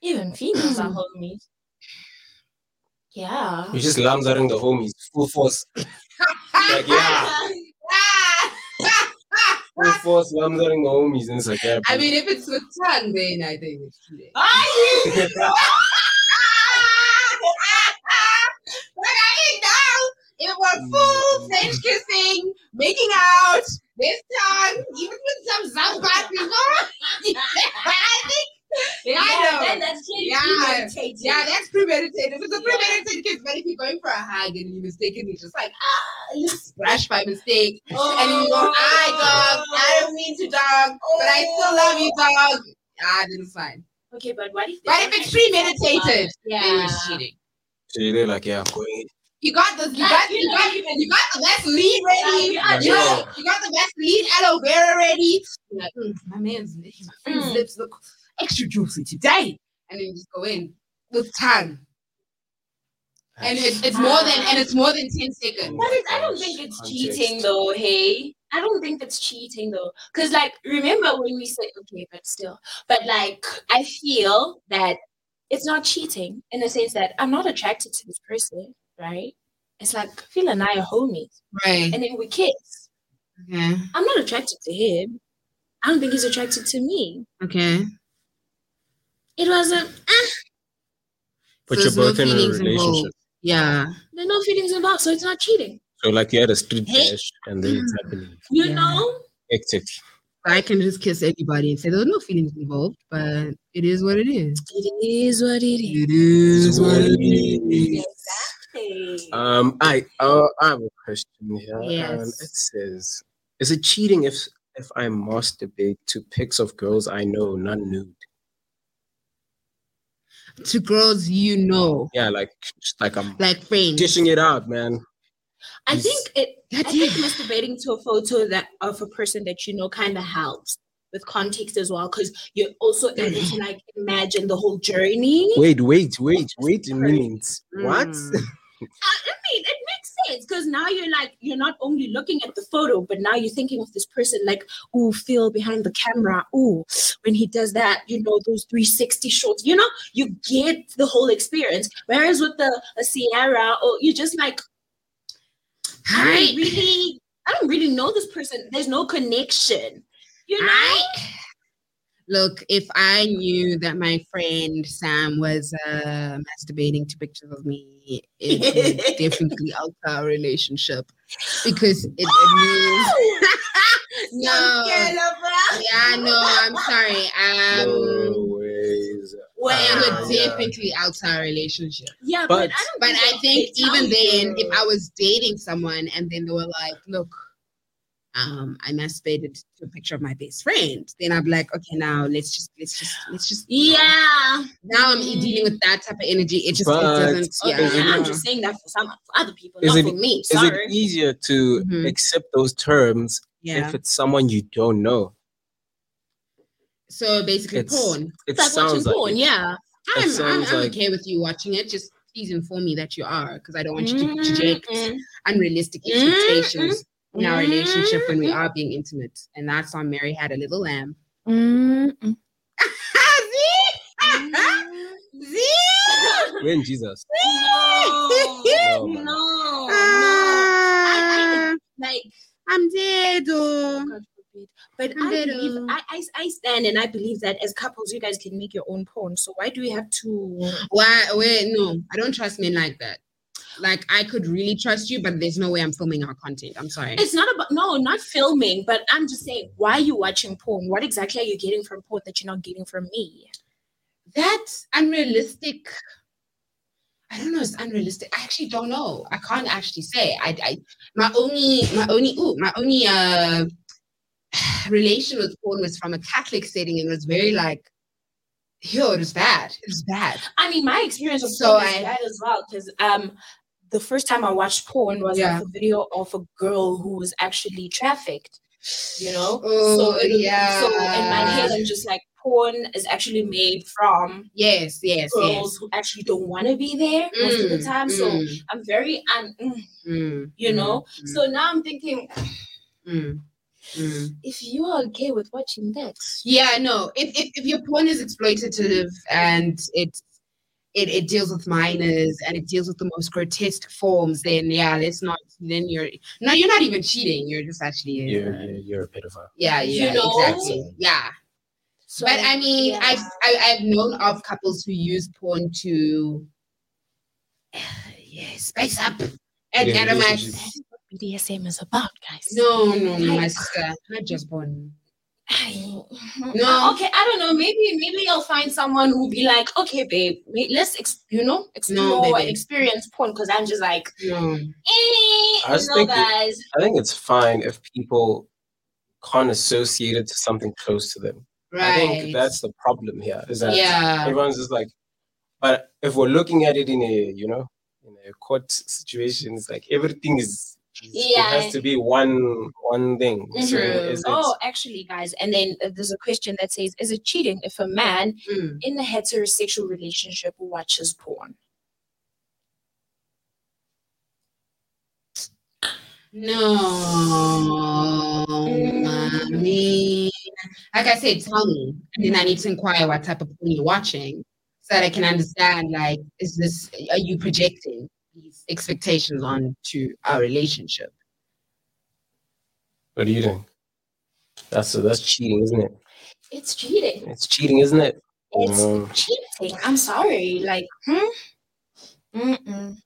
Speaker 5: Even females are homies. Yeah.
Speaker 4: You just lamzaring the homies full force. Like yeah, full force lamzaring the homies and it's like yeah.
Speaker 2: I
Speaker 4: bro.
Speaker 2: mean, if it's with tongue, then I think it's cheating.
Speaker 3: are you?
Speaker 2: Like I ain't down. It was full French kissing, making out. This time, even with some zangat I think,
Speaker 3: Yeah,
Speaker 2: I know.
Speaker 3: Then that's clearly
Speaker 2: Yeah.
Speaker 3: premeditated.
Speaker 2: yeah, that's premeditated. It's a
Speaker 3: Yeah.
Speaker 2: premeditated kiss, but if you're going for a hug and you mistakenly just like ah, you splash by mistake, and you go, I dog, I
Speaker 3: Oh.
Speaker 2: don't mean to dog, but I still love you, dog. Ah, then it's fine.
Speaker 5: Okay, but what if? they
Speaker 2: But
Speaker 5: don't
Speaker 2: if it's
Speaker 5: actually talk about it?
Speaker 2: premeditated, then
Speaker 5: Yeah.
Speaker 2: it's cheating.
Speaker 4: So you're there like yeah, I'm going.
Speaker 2: You got this. You
Speaker 3: Like,
Speaker 2: got.
Speaker 3: you
Speaker 2: You
Speaker 3: know,
Speaker 2: got.
Speaker 3: even-
Speaker 2: You got the best lead ready.
Speaker 3: Yeah,
Speaker 4: Like,
Speaker 2: You
Speaker 4: yo,
Speaker 2: got, you got the best lead aloe vera ready. You're like, "Mm, my man's lips, my friend's
Speaker 3: Mm.
Speaker 2: lips look extra juicy today. And then you just go in with tongue. And it's, it's more than and it's more than 10 seconds.
Speaker 5: But it, I don't think it's
Speaker 4: Context.
Speaker 5: cheating though, hey. I don't think it's cheating though. Cause like remember when we said okay, but still. But like I feel that it's not cheating in the sense that I'm not attracted to this person, right? It's like Phil and I are homies.
Speaker 2: Right.
Speaker 5: And then we kiss.
Speaker 2: Okay.
Speaker 5: I'm not attracted to him. I don't think he's attracted to me.
Speaker 2: Okay.
Speaker 5: It wasn't ah,
Speaker 4: But
Speaker 2: So
Speaker 4: you're
Speaker 2: there's no
Speaker 4: both in a
Speaker 2: feelings
Speaker 4: relationship.
Speaker 2: involved. Yeah.
Speaker 5: there are no feelings involved, so it's not cheating.
Speaker 4: So like you had a street
Speaker 5: Hey.
Speaker 4: dash and then it's happening.
Speaker 5: You
Speaker 2: Yeah.
Speaker 5: know?
Speaker 4: Hectic.
Speaker 2: I can just kiss anybody and say there were no feelings involved, but it is what it is.
Speaker 5: It is what it is.
Speaker 2: is
Speaker 5: Exactly.
Speaker 4: Um, I uh, I have a question here. Um,
Speaker 2: Yes.
Speaker 4: it says, is it cheating if if I masturbate to pics of girls I know, not nude?
Speaker 2: To girls you know,
Speaker 4: Yeah, like just like I'm
Speaker 2: like friends.
Speaker 4: dishing it out, man.
Speaker 5: I
Speaker 4: Yes.
Speaker 5: think it. I
Speaker 2: That's
Speaker 5: think masturbating to a photo that of a person that you know kind of helps with context as well, because you're also able to like imagine the whole journey.
Speaker 4: Wait, wait, wait, wait a minute. What?
Speaker 2: Mm.
Speaker 5: Uh, I, I mean, it makes sense because now you're like you're not only looking at the photo, but now you're thinking of this person like, ooh, feel behind the camera. Ooh, when he does that, you know those 360 shots. You know, you get the whole experience. Whereas with the a Sierra, or you're just like. I don't
Speaker 2: Hi.
Speaker 5: really, I don't really know this person. There's no connection. You know?
Speaker 2: Right. Look, if I knew that my friend Sam was uh, masturbating to pictures of me, it would definitely alter our relationship because it, it means no. Yeah, no, I'm sorry. Um,
Speaker 4: no ways.
Speaker 2: it
Speaker 4: Ah,
Speaker 2: would
Speaker 4: yeah.
Speaker 2: definitely alter our relationship.
Speaker 5: Yeah,
Speaker 4: but
Speaker 5: but, I don't.
Speaker 2: But I
Speaker 5: they
Speaker 2: think
Speaker 5: tell
Speaker 2: even then,
Speaker 5: you.
Speaker 2: if I was dating someone and then they were like, look, um, I masturbated to a picture of my best friend, then I'd be like, okay, now let's just let's just let's just
Speaker 5: yeah,
Speaker 2: Now I'm e-, dealing with that type of energy. It just
Speaker 4: But-
Speaker 2: it doesn't yeah.
Speaker 5: okay,
Speaker 4: it-
Speaker 5: I'm just saying that for some for other people,
Speaker 4: Is
Speaker 5: not
Speaker 4: it-
Speaker 5: for me.
Speaker 4: Is
Speaker 5: Sorry.
Speaker 4: it easier to
Speaker 2: Mhm.
Speaker 4: accept those terms
Speaker 2: yeah.
Speaker 4: if it's someone you don't know?
Speaker 2: So basically
Speaker 4: It's-
Speaker 2: porn.
Speaker 4: It
Speaker 5: it's like watching
Speaker 4: sounds like
Speaker 5: porn.
Speaker 4: it.
Speaker 5: Yeah,
Speaker 2: I'm, I'm,
Speaker 4: sounds
Speaker 2: I'm
Speaker 4: like-
Speaker 2: okay with you watching it. Just please inform me that you are because I don't want you to project unrealistic expectations in our relationship when we are being intimate. And that's on Mary Had a Little Lamb.
Speaker 4: We're in Jesus. Oh
Speaker 5: No,
Speaker 4: No,
Speaker 5: no,
Speaker 2: Oh,
Speaker 5: no. I-
Speaker 4: man.
Speaker 5: Like,
Speaker 2: Ah, I'm dead. Oh.
Speaker 5: God forbid. But
Speaker 2: I'm
Speaker 5: I
Speaker 2: dead,
Speaker 5: believe
Speaker 2: oh.
Speaker 5: I, I I stand and I believe that as couples, you guys can make your own porn. So why do we have to?
Speaker 2: Why? Wait, no, I don't trust men like that. Like, I could really trust you, but there's no way I'm filming our content. I'm sorry.
Speaker 5: It's not about no, not filming, but I'm just saying, why are you watching porn? What exactly are you getting from porn that you're not getting from me?
Speaker 2: That's unrealistic. I don't know. It's unrealistic. I actually don't know. I can't actually say. I, I my only, my only, ooh, my only uh, relation with porn was from a Catholic setting, and it was very like, yo, it was bad. It was bad.
Speaker 5: I mean, my experience of
Speaker 2: So
Speaker 5: porn is
Speaker 2: I-
Speaker 5: bad as well because um, the first time I watched porn was
Speaker 2: Yeah.
Speaker 5: like a video of a girl who was actually trafficked. You know,
Speaker 2: Oh,
Speaker 5: it-
Speaker 2: yeah.
Speaker 5: So in my head, I'm just like, porn is actually made from
Speaker 2: Yes, yes,
Speaker 5: girls who actually don't want to be there most of the
Speaker 2: Mm,
Speaker 5: time.
Speaker 2: yes.
Speaker 5: So I'm very, un- mm,
Speaker 2: Mm,
Speaker 5: you
Speaker 2: mm,
Speaker 5: know.
Speaker 4: Mm-hmm.
Speaker 5: So now I'm thinking,
Speaker 2: mm, mm.
Speaker 5: if you are okay with watching that,
Speaker 2: Yeah, no. If, if if your porn is exploitative and it it it deals with minors and it deals with the most grotesque forms, then yeah, let's not. Then you're no, you're not even cheating. You're just actually
Speaker 4: You're,
Speaker 2: yeah,
Speaker 4: you're, you're a pedophile.
Speaker 2: yeah,
Speaker 5: You
Speaker 2: yeah
Speaker 5: know?
Speaker 2: exactly, yeah.
Speaker 5: so
Speaker 2: But I mean,
Speaker 5: yeah.
Speaker 2: I've I, I've known of couples who use porn to yeah, spice up. And
Speaker 4: Yeah,
Speaker 2: and I'm like,
Speaker 4: relationship.
Speaker 5: BDSM is about, guys.
Speaker 2: no, no, no, my sister, not just porn.
Speaker 5: I-
Speaker 2: No.
Speaker 5: mm, ah, Okay, I don't know. Maybe maybe I'll find someone who'll be like, okay, babe, ma- let's ex- you know explore
Speaker 2: baby.
Speaker 5: and experience porn because I'm just like,
Speaker 2: No,
Speaker 5: eh,
Speaker 4: I was
Speaker 5: no,
Speaker 4: thinking-
Speaker 5: guys.
Speaker 4: I think it's fine if people can't associate it to something close to them.
Speaker 2: right?
Speaker 4: I think that's the problem here. Is that
Speaker 2: yeah.
Speaker 4: everyone's just like, but if we're looking at it in a you know in a court situation, it's like everything is. is- It
Speaker 5: Yeah.
Speaker 4: has to be one one thing. So
Speaker 2: True.
Speaker 4: is it-
Speaker 5: Oh, actually, guys, and then uh, there's a question that says, is it cheating if a man
Speaker 2: Mm.
Speaker 5: in a heterosexual relationship watches porn?
Speaker 2: No, I mean, like I said, tell me, and then I need to inquire what type of porn you're watching so that I can understand. Like, is this are you projecting these expectations onto our relationship?
Speaker 4: What do you think? That's that's cheating, isn't it?
Speaker 5: It's cheating.
Speaker 4: It's cheating, isn't it? Um,
Speaker 5: It's
Speaker 4: No.
Speaker 5: cheating. I'm sorry. Like, hmm? Mm-mm.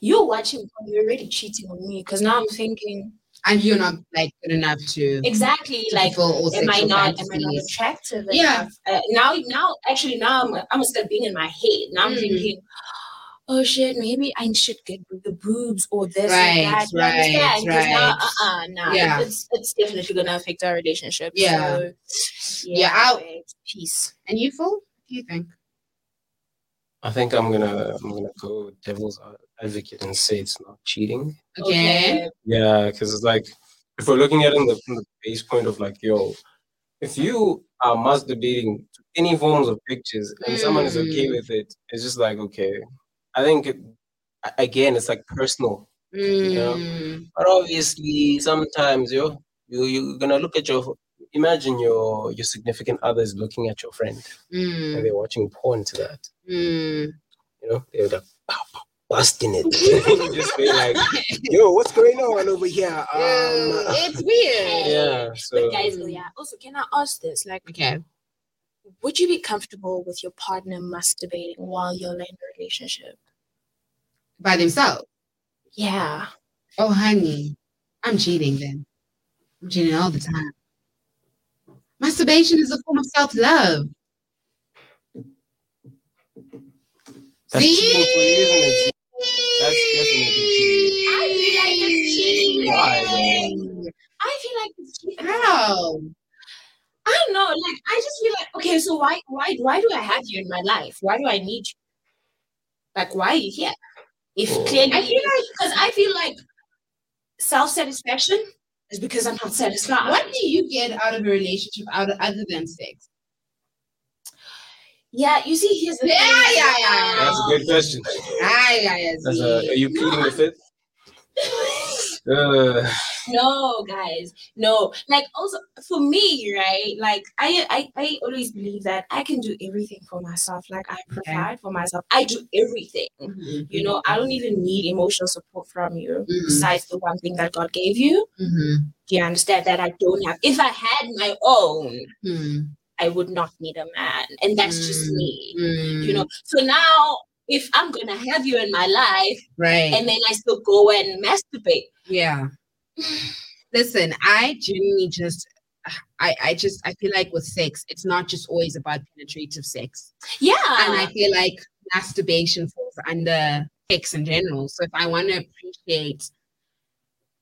Speaker 5: You're watching porn, you're already cheating on me because now I'm thinking
Speaker 2: And you're not like good enough to, to
Speaker 5: exactly like
Speaker 2: fulfill all
Speaker 5: am I
Speaker 2: sexual
Speaker 5: not am I not
Speaker 2: fantasies.
Speaker 5: attractive?
Speaker 2: Yeah.
Speaker 5: enough? Uh, now now actually now I'm I'm start being in my head. Now I'm
Speaker 2: Mm.
Speaker 5: thinking, oh shit, maybe I should get the boobs or this
Speaker 2: Right,
Speaker 5: or that. You
Speaker 2: right,
Speaker 5: understand? 'Cause Now,
Speaker 2: right.
Speaker 5: uh-uh, nah,
Speaker 2: Yeah.
Speaker 5: It's it's definitely gonna affect our relationship.
Speaker 2: Yeah.
Speaker 5: So,
Speaker 2: Yeah, I'll-
Speaker 5: babe, peace.
Speaker 2: And you, Phil? What do you think?
Speaker 4: I think I'm gonna I'm gonna go devil's advocate and say it's not cheating.
Speaker 2: Again,
Speaker 4: Yeah, because it's like if we're looking at it in the, from the base point of like, yo, if you are masturbating to any forms of pictures and someone is okay
Speaker 2: Mm.
Speaker 4: with it, it's just like okay. I think it, a- again, it's like personal,
Speaker 2: Mm,
Speaker 4: but obviously sometimes yo, you you're gonna look at your imagine your your significant other is looking at your friend and
Speaker 2: mm,
Speaker 4: they're watching porn to that.
Speaker 2: mm.
Speaker 4: You know, they're like, "Ah, busting it. just be like, yo, what's going on over here?
Speaker 2: Dude,
Speaker 4: Um,
Speaker 2: it's weird.
Speaker 4: yeah. So
Speaker 5: But guys, yeah. Also, can I ask this? Like,
Speaker 2: Okay.
Speaker 5: would you be comfortable with your partner masturbating while you're in a relationship?
Speaker 2: By themselves.
Speaker 5: Yeah.
Speaker 2: Oh, honey, I'm cheating then. I'm cheating all the time. Masturbation is a form of self love.
Speaker 4: that's
Speaker 2: See?
Speaker 4: cheating for you, isn't it? That's definitely cheating. Why? man?
Speaker 5: I feel like it's cheating.
Speaker 2: How?
Speaker 5: I don't know. Like, I just feel like, okay, so why, why, why do I have you in my life? Why do I need you? Like, why are you here? If
Speaker 4: Oh.
Speaker 5: clearly, I feel like because I feel like self satisfaction is because I'm not satisfied.
Speaker 2: What do you get out of a relationship out other than sex?
Speaker 5: Yeah, you see, here's the
Speaker 2: Yeah,
Speaker 5: thing.
Speaker 2: yeah, yeah, yeah.
Speaker 4: That's a good question.
Speaker 2: Ay, ay, ay,
Speaker 4: That's a, are you pleading the fifth? Uh,
Speaker 5: no guys no like also for me right like I, I i always believe that i can do everything for myself like i provide for myself i do everything
Speaker 2: Mhm,
Speaker 5: you know i don't even need emotional support from you
Speaker 2: mhm,
Speaker 5: besides the one thing that god gave you
Speaker 2: mhm,
Speaker 5: do you understand that i don't have if i had my own
Speaker 2: mhm,
Speaker 5: i would not need a man and that's just
Speaker 2: Mm.
Speaker 5: me
Speaker 2: mhm.
Speaker 5: you know so now if i'm gonna have you in my life
Speaker 2: right.
Speaker 5: and then i still go and masturbate
Speaker 2: Yeah. Listen, I genuinely just I, I just I feel like with sex, it's not just always about penetrative sex.
Speaker 5: yeah
Speaker 2: And I feel like masturbation falls under sex in general. So if I want to appreciate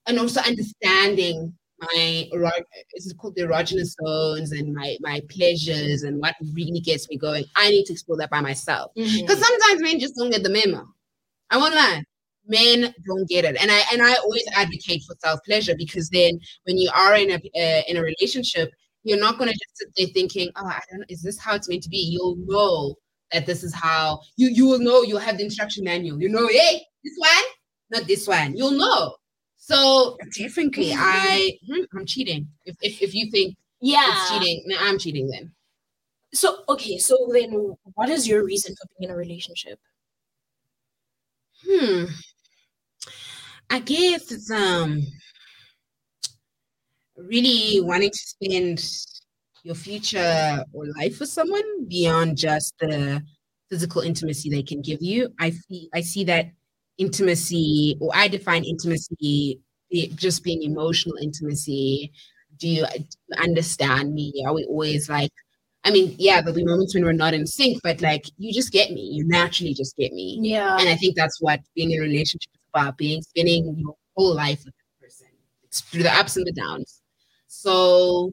Speaker 2: and also understanding my ero- is it called the erogenous zones and my my pleasures and what really gets me going, I need to explore that by myself.
Speaker 5: Mhm.
Speaker 2: Because sometimes men just don't get the memo. I won't lie. Men don't get it, and I and I always advocate for self pleasure because then when you are in a uh, in a relationship, you're not gonna just sit there thinking, oh, I don't. Is this how it's meant to be? You'll know that this is how you you will know. You'll have the instruction manual. You know, hey, this one, not this one. You'll know. So definitely, I hmm, I'm cheating. If if, if you think
Speaker 5: yeah
Speaker 2: it's cheating, no, I'm cheating then.
Speaker 5: So okay, so then what is your reason for being in a relationship?
Speaker 2: Hmm. I guess it's um really wanting to spend your future or life with someone beyond just the physical intimacy they can give you. I see I see that intimacy or I define intimacy be- just being emotional intimacy. Do you, do you understand me? Are we always like I mean, yeah, there'll be moments when we're not in sync, but like you just get me. You naturally just get me.
Speaker 5: Yeah.
Speaker 2: And I think that's what being in a relationship is about, being spending your whole life with that person. It's through the ups and the downs. So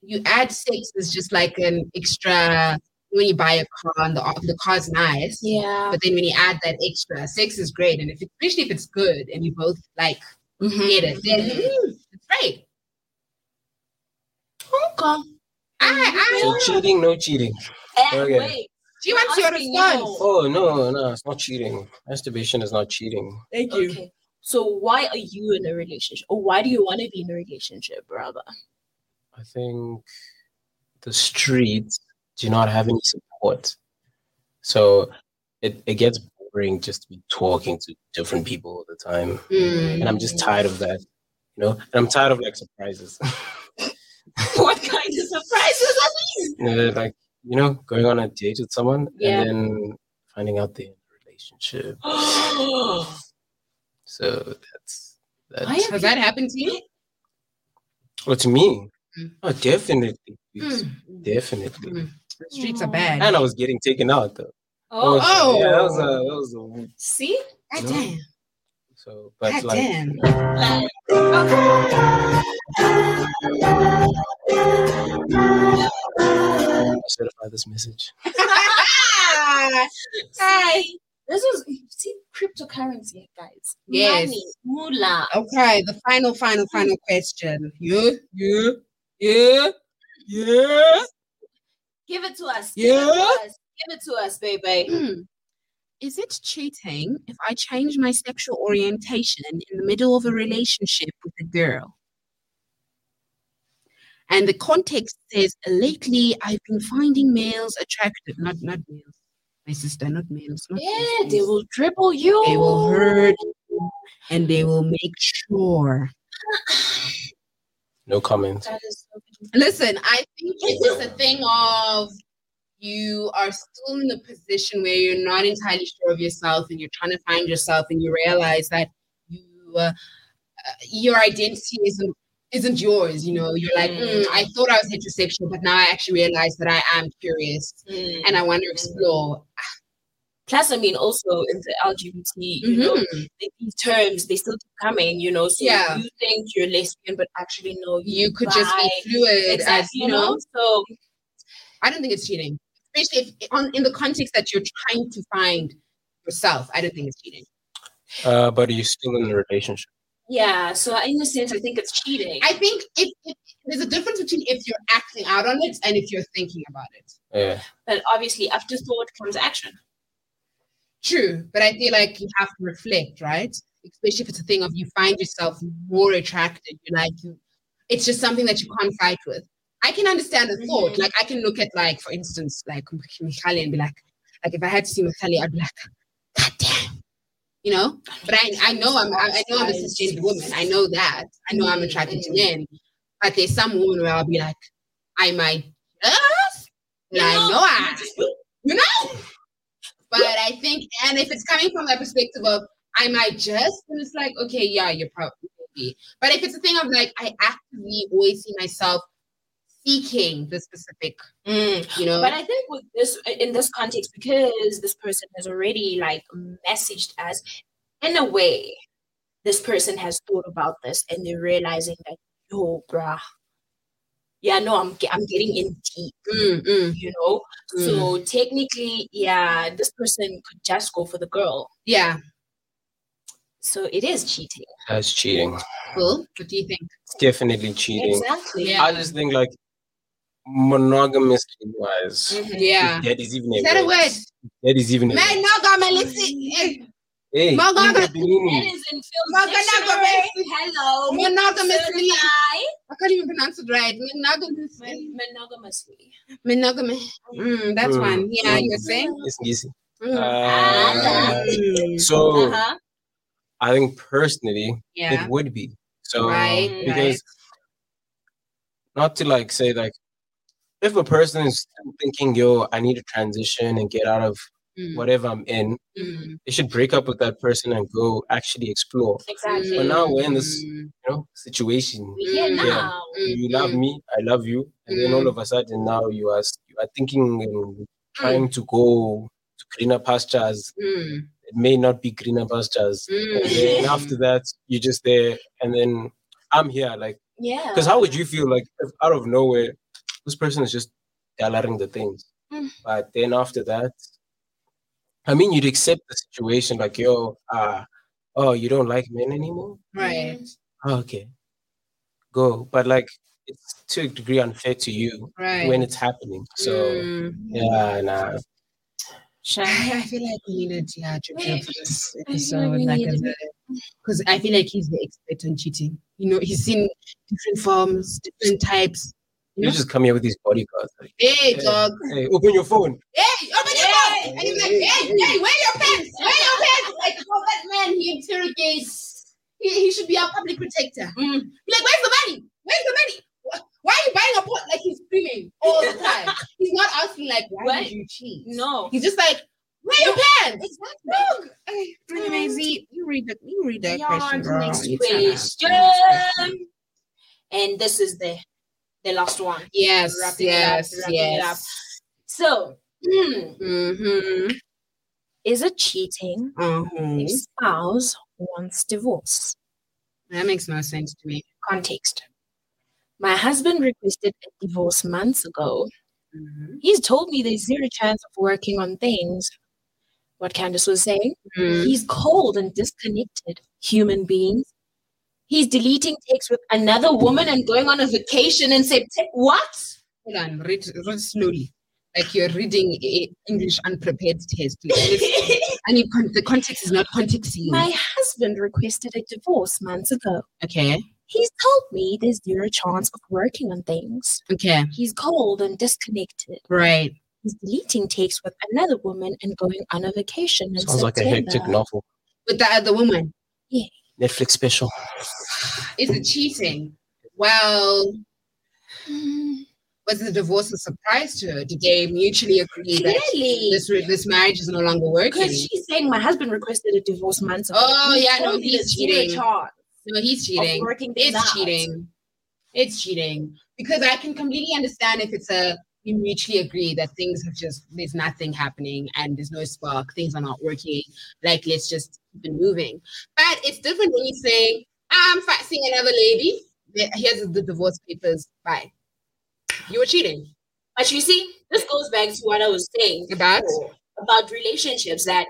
Speaker 2: you add sex is just like an extra when you buy a car and the the car's nice.
Speaker 5: Yeah.
Speaker 2: But then when you add that extra, sex is great. And if especially if it's good and you both like
Speaker 5: Mm-hmm.
Speaker 2: get it, then mm, it's great.
Speaker 5: Okay.
Speaker 2: I, I,
Speaker 4: so cheating, no cheating.
Speaker 5: And
Speaker 4: Okay.
Speaker 5: wait,
Speaker 2: do you want your
Speaker 5: asking you.
Speaker 2: response?
Speaker 4: Oh no, no, it's not cheating. Masturbation is not cheating.
Speaker 2: Thank
Speaker 5: okay. So why are you in a relationship? Or why do you want to be in a relationship, brother?
Speaker 4: I think the streets do not have any support. So it, it gets boring just to be talking to different people all the time.
Speaker 2: Mm.
Speaker 4: And I'm just tired of that. You know? And I'm tired of like surprises.
Speaker 5: what kind of surprises are these?
Speaker 4: You know, like, you know, going on a date with someone
Speaker 5: Yeah.
Speaker 4: and then finding out they're in a relationship. So that's
Speaker 5: Why
Speaker 4: that's
Speaker 5: are
Speaker 2: Has that happened to you?
Speaker 4: well to me.
Speaker 2: Mm.
Speaker 4: Oh definitely. please.
Speaker 2: Mm.
Speaker 4: Definitely.
Speaker 2: Mm. The streets are
Speaker 5: Aw.
Speaker 2: bad.
Speaker 4: And I was getting taken out though.
Speaker 5: oh,
Speaker 4: That was- yeah, that
Speaker 2: oh.
Speaker 4: was a, that was a
Speaker 5: see?
Speaker 2: God
Speaker 4: No.
Speaker 2: damn.
Speaker 4: So, but
Speaker 2: God
Speaker 4: like,
Speaker 2: damn.
Speaker 5: Like,
Speaker 4: I certify this message.
Speaker 5: see, this is see cryptocurrency, guys.
Speaker 2: Yes.
Speaker 5: Money, moolah.
Speaker 2: Okay, the final, final, final question. You, you, you, you.
Speaker 5: Give it to us. Give it
Speaker 2: Yeah.
Speaker 5: to us. Give it to us, baby.
Speaker 2: Is it cheating if I change my sexual orientation in the middle of a relationship with a girl? And the context says, lately I've been finding males attractive, not not males,
Speaker 6: My sister, not males. Not
Speaker 5: Yeah, they
Speaker 6: sisters.
Speaker 5: will dribble you.
Speaker 6: They will hurt you, and they will make sure.
Speaker 4: No comment.
Speaker 5: That is so beautiful.
Speaker 2: Listen, I think it's just a thing of you are still in a position where you're not entirely sure of yourself and you're trying to find yourself and you realize that you uh, uh, your identity isn't isn't yours you know you're like
Speaker 5: Mm.
Speaker 2: "Mm, i thought i was heterosexual but now i actually realize that i am curious
Speaker 5: Mm.
Speaker 2: and i want to explore
Speaker 5: Plus, I mean, also in the LGBT, you know,
Speaker 2: Mhm.
Speaker 5: th- these terms they still keep coming. You know, so
Speaker 2: Yeah.
Speaker 5: you think you're lesbian, but actually no, you
Speaker 2: you could just be
Speaker 5: Right.
Speaker 2: fluid
Speaker 5: exactly,
Speaker 2: as you know
Speaker 5: So
Speaker 2: I don't think it's cheating, especially if on in the context that you're trying to find yourself. I don't think it's cheating.
Speaker 4: Uh, but are you still in a relationship?
Speaker 5: yeah, so in a sense, I think it's cheating.
Speaker 2: I think if, if there's a difference between if you're acting out on it and if you're thinking about it.
Speaker 4: Yeah.
Speaker 5: but obviously, after thought comes action.
Speaker 2: True, but I feel like you have to reflect, right? Especially if it's a thing of you find yourself more attracted. You're like you, it's just something that you can't fight with. I can understand the thought.
Speaker 5: Mhm.
Speaker 2: Like I can look at like, for instance, like Michali and be like, like if I had to see Michali, I'd be like, God damn. You know? But I, I know I'm I, I know I'm a cisgender woman. I know that. I know I'm attracted to men. But there's some woman where I'll be like, I might just and I know I you know? But I think, and if it's coming from that perspective of, I might just, and it's like, okay, yeah, you're probably. maybe. But if it's a thing of like, I actively always see myself seeking the specific,
Speaker 5: Mm.
Speaker 2: you know,
Speaker 5: But I think with this in this context, because this person has already like messaged us in a way, this person has thought about this and they're realizing that yo, bruh, yeah, no, I'm ge- I'm getting in deep.
Speaker 2: mm, mm,
Speaker 5: you know.
Speaker 2: Mm.
Speaker 5: So technically, yeah, this person could just go for the girl.
Speaker 2: yeah,
Speaker 5: So it is cheating.
Speaker 4: That's cheating.
Speaker 2: cool. What do you think?
Speaker 4: It's definitely cheating.
Speaker 5: Exactly.
Speaker 2: Yeah.
Speaker 4: I just think like monogamously wise.
Speaker 5: Mm-hmm.
Speaker 2: Yeah.
Speaker 4: If that is even
Speaker 2: Is that a word?
Speaker 4: That is even a
Speaker 2: Man,
Speaker 4: word.
Speaker 2: no, God, man, listen.
Speaker 4: Hey,
Speaker 2: Monogamous-
Speaker 4: Ida Benini.
Speaker 5: That is in Phil's
Speaker 2: Monogamous.
Speaker 5: dictionary. Hello.
Speaker 2: Monogamously.
Speaker 5: Certified.
Speaker 2: I can't even pronounce it right. Monogamously.
Speaker 5: Monogamously.
Speaker 2: Monogamous. Mm, that's
Speaker 4: Mm,
Speaker 2: one. Yeah,
Speaker 4: mm.
Speaker 2: you're saying?
Speaker 4: It's easy.
Speaker 2: Mm, Uh-huh.
Speaker 4: Uh, so
Speaker 5: Uh-huh.
Speaker 4: I think personally
Speaker 2: yeah.
Speaker 4: it would be. So
Speaker 2: Right,
Speaker 4: because
Speaker 2: right.
Speaker 4: not to like say like if a person is still thinking, yo, I need to transition and get out of
Speaker 2: Mm,
Speaker 4: whatever I'm in,
Speaker 2: mm,
Speaker 4: they should break up with that person and go actually explore.
Speaker 5: Exactly.
Speaker 4: But now we're in this,
Speaker 2: mm,
Speaker 4: you know, situation.
Speaker 5: We're here
Speaker 2: Yeah.
Speaker 5: now.
Speaker 4: You
Speaker 2: mm,
Speaker 4: love
Speaker 2: mm.
Speaker 4: me, I love you, and then all of a sudden now you are you are thinking and trying to go to greener pastures.
Speaker 2: Mm,
Speaker 4: It may not be greener pastures. And
Speaker 2: mm.
Speaker 4: then after that, you're just there, and then I'm here. Like,
Speaker 5: Yeah.
Speaker 4: because how would you feel like if out of nowhere this person is just gathering the things?
Speaker 5: Mm.
Speaker 4: But then after that, I mean, you'd accept the situation. Like, yo, uh, oh, you don't like men anymore?
Speaker 2: Right,
Speaker 4: Oh, okay, go. But like, it's to a degree unfair to you
Speaker 2: right.
Speaker 4: when it's happening. So
Speaker 2: Mm.
Speaker 4: yeah, nah.
Speaker 5: Shan-
Speaker 2: I feel like we need a yeah,
Speaker 5: Wait,
Speaker 2: for this
Speaker 5: I feel like
Speaker 2: episode,
Speaker 5: we
Speaker 2: like
Speaker 5: need
Speaker 2: as
Speaker 5: a-
Speaker 2: because I feel like he's the expert on cheating. You know, he's seen different forms, different types.
Speaker 4: You just come here with these bodyguards. Like,
Speaker 2: Hey,
Speaker 4: Yeah.
Speaker 2: dog.
Speaker 4: hey, open your phone.
Speaker 2: Hey, open your mouth. And he's like, hey, hey, wear your pants. Wear your pants. Like, oh, that man, he interrogates. He, he should be our public protector.
Speaker 5: Mm.
Speaker 2: Be Like, where's the money? Where's the money? Wh- Why are you buying a pot? Like, he's screaming all the time. he's not asking, like, why
Speaker 5: What?
Speaker 2: did you cheat?
Speaker 5: No.
Speaker 2: He's just like, wear your Um, pants. Dog.
Speaker 5: Mm.
Speaker 2: Maisie, you read the you read that
Speaker 5: Yeah,
Speaker 2: question.
Speaker 5: the
Speaker 2: girl.
Speaker 5: next
Speaker 2: You tell us.
Speaker 5: question. And this is the the last one.
Speaker 2: Yes,
Speaker 5: Wrap it up,
Speaker 2: yes,
Speaker 5: wrap it up.
Speaker 2: yes.
Speaker 5: So, hmm,
Speaker 2: Mm-hmm.
Speaker 5: is it cheating
Speaker 2: Uh-huh.
Speaker 5: if spouse wants divorce?
Speaker 2: That makes no sense to me.
Speaker 5: Context. My husband requested a divorce months ago.
Speaker 2: Mm-hmm.
Speaker 5: He's told me there's zero chance of working on things. What Candace was saying.
Speaker 2: Mm.
Speaker 5: He's cold and disconnected human beings. He's deleting texts with another woman and going on a vacation in September. What?
Speaker 4: Mm.
Speaker 2: Hold on, read, read slowly. Like you're reading a English unprepared test. Like, it's- and you con- the context is not contexting.
Speaker 5: My husband requested a divorce months ago.
Speaker 2: okay,
Speaker 5: He's told me there's zero chance of working on things.
Speaker 2: okay,
Speaker 5: He's cold and disconnected.
Speaker 2: right.
Speaker 5: is deleting takes with another woman and going on a vacation. in
Speaker 4: Sounds like a hectic
Speaker 5: September.
Speaker 4: novel.
Speaker 2: with the other woman.
Speaker 4: Netflix special.
Speaker 2: Is it cheating? Well, was the divorce a surprise to her? Did they mutually agree that
Speaker 5: Clearly.
Speaker 2: this re- this marriage is no longer working?
Speaker 5: Because she's saying my husband requested a divorce months ago.
Speaker 2: Oh,
Speaker 5: He
Speaker 2: yeah, no,
Speaker 5: told me
Speaker 2: he's
Speaker 5: there's zero
Speaker 2: cheating.
Speaker 5: chance
Speaker 2: No, he's
Speaker 5: of
Speaker 2: cheating.
Speaker 5: working this
Speaker 2: It's
Speaker 5: out.
Speaker 2: cheating. It's cheating because I can completely understand if it's a we mutually agree that things have just there's nothing happening and there's no spark, things are not working. Like let's just keep it moving. But it's different when you say I'm faxing another lady. Th- Here's the divorce papers. Bye. You were cheating.
Speaker 5: But you see, this goes back to what I was saying
Speaker 2: About
Speaker 5: before about relationships that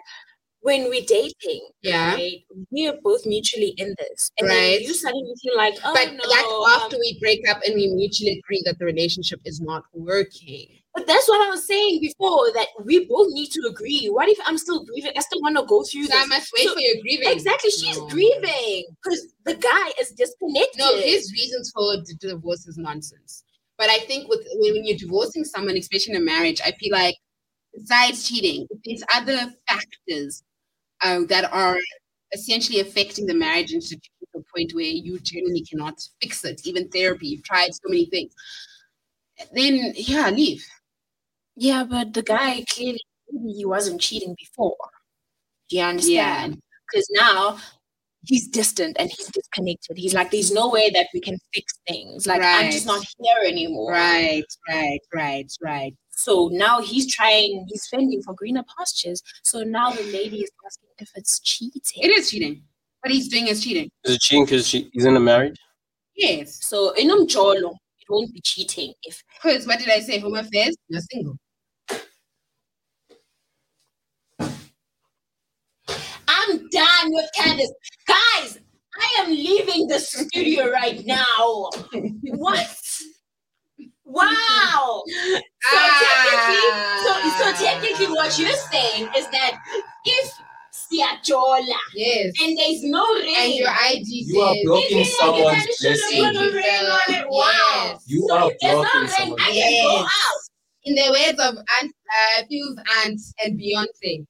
Speaker 5: when we're dating,
Speaker 2: yeah.
Speaker 5: right, we are both mutually in this. And then
Speaker 2: Right.
Speaker 5: you suddenly feel like, oh
Speaker 2: But
Speaker 5: no.
Speaker 2: that's after
Speaker 5: um,
Speaker 2: we break up and we mutually agree that the relationship is not working.
Speaker 5: but that's what I was saying before that we both need to agree. What if I'm still grieving? I still want to go through
Speaker 2: So I
Speaker 5: this.
Speaker 2: must wait
Speaker 5: So-
Speaker 2: for your grieving.
Speaker 5: Exactly. She's
Speaker 2: No.
Speaker 5: grieving because the guy is disconnected.
Speaker 2: No, his reasons for d- divorce is nonsense. But I think with when, when you're divorcing someone, especially in a marriage, I feel like besides cheating, if there's other factors uh, that are essentially affecting the marriage and to the point where you genuinely cannot fix it. Even therapy, you've tried so many things. Then yeah, leave.
Speaker 5: Yeah, but the guy clearly maybe he wasn't cheating before. Do you
Speaker 2: Yeah.
Speaker 5: understand? Because now he's distant and he's disconnected. He's like, there's no way that we can fix things. Like I'm just
Speaker 2: Right.
Speaker 5: not here anymore.
Speaker 2: Right, right, right, right.
Speaker 5: So now he's trying, he's fending for greener pastures. So now the lady is asking if it's cheating.
Speaker 2: It is cheating. What he's doing is cheating.
Speaker 4: Is it cheating because he's in a marriage?
Speaker 2: Yes.
Speaker 5: So in Umjolo, it won't be cheating if
Speaker 2: Because what did I say? Home affairs? You're single.
Speaker 5: I'm done with Candace. Guys, I am leaving the studio right now. What? Wow. So
Speaker 2: Ah.
Speaker 5: technically, so, so technically what you're saying is that if Siajola
Speaker 2: Yes.
Speaker 5: and there's no
Speaker 2: And
Speaker 5: rain,
Speaker 2: your IG
Speaker 4: You are
Speaker 2: says,
Speaker 4: blocking
Speaker 5: Maybe
Speaker 4: someone's
Speaker 5: I should have
Speaker 4: blessing.
Speaker 5: gone over- on it. Wow.
Speaker 4: You
Speaker 5: so
Speaker 4: are
Speaker 5: if there's no
Speaker 4: blocking
Speaker 5: rain,
Speaker 4: someone.
Speaker 5: I can go
Speaker 2: Yes.
Speaker 5: out.
Speaker 2: in the words of Aunt, uh, Phil's aunt and Beyonce,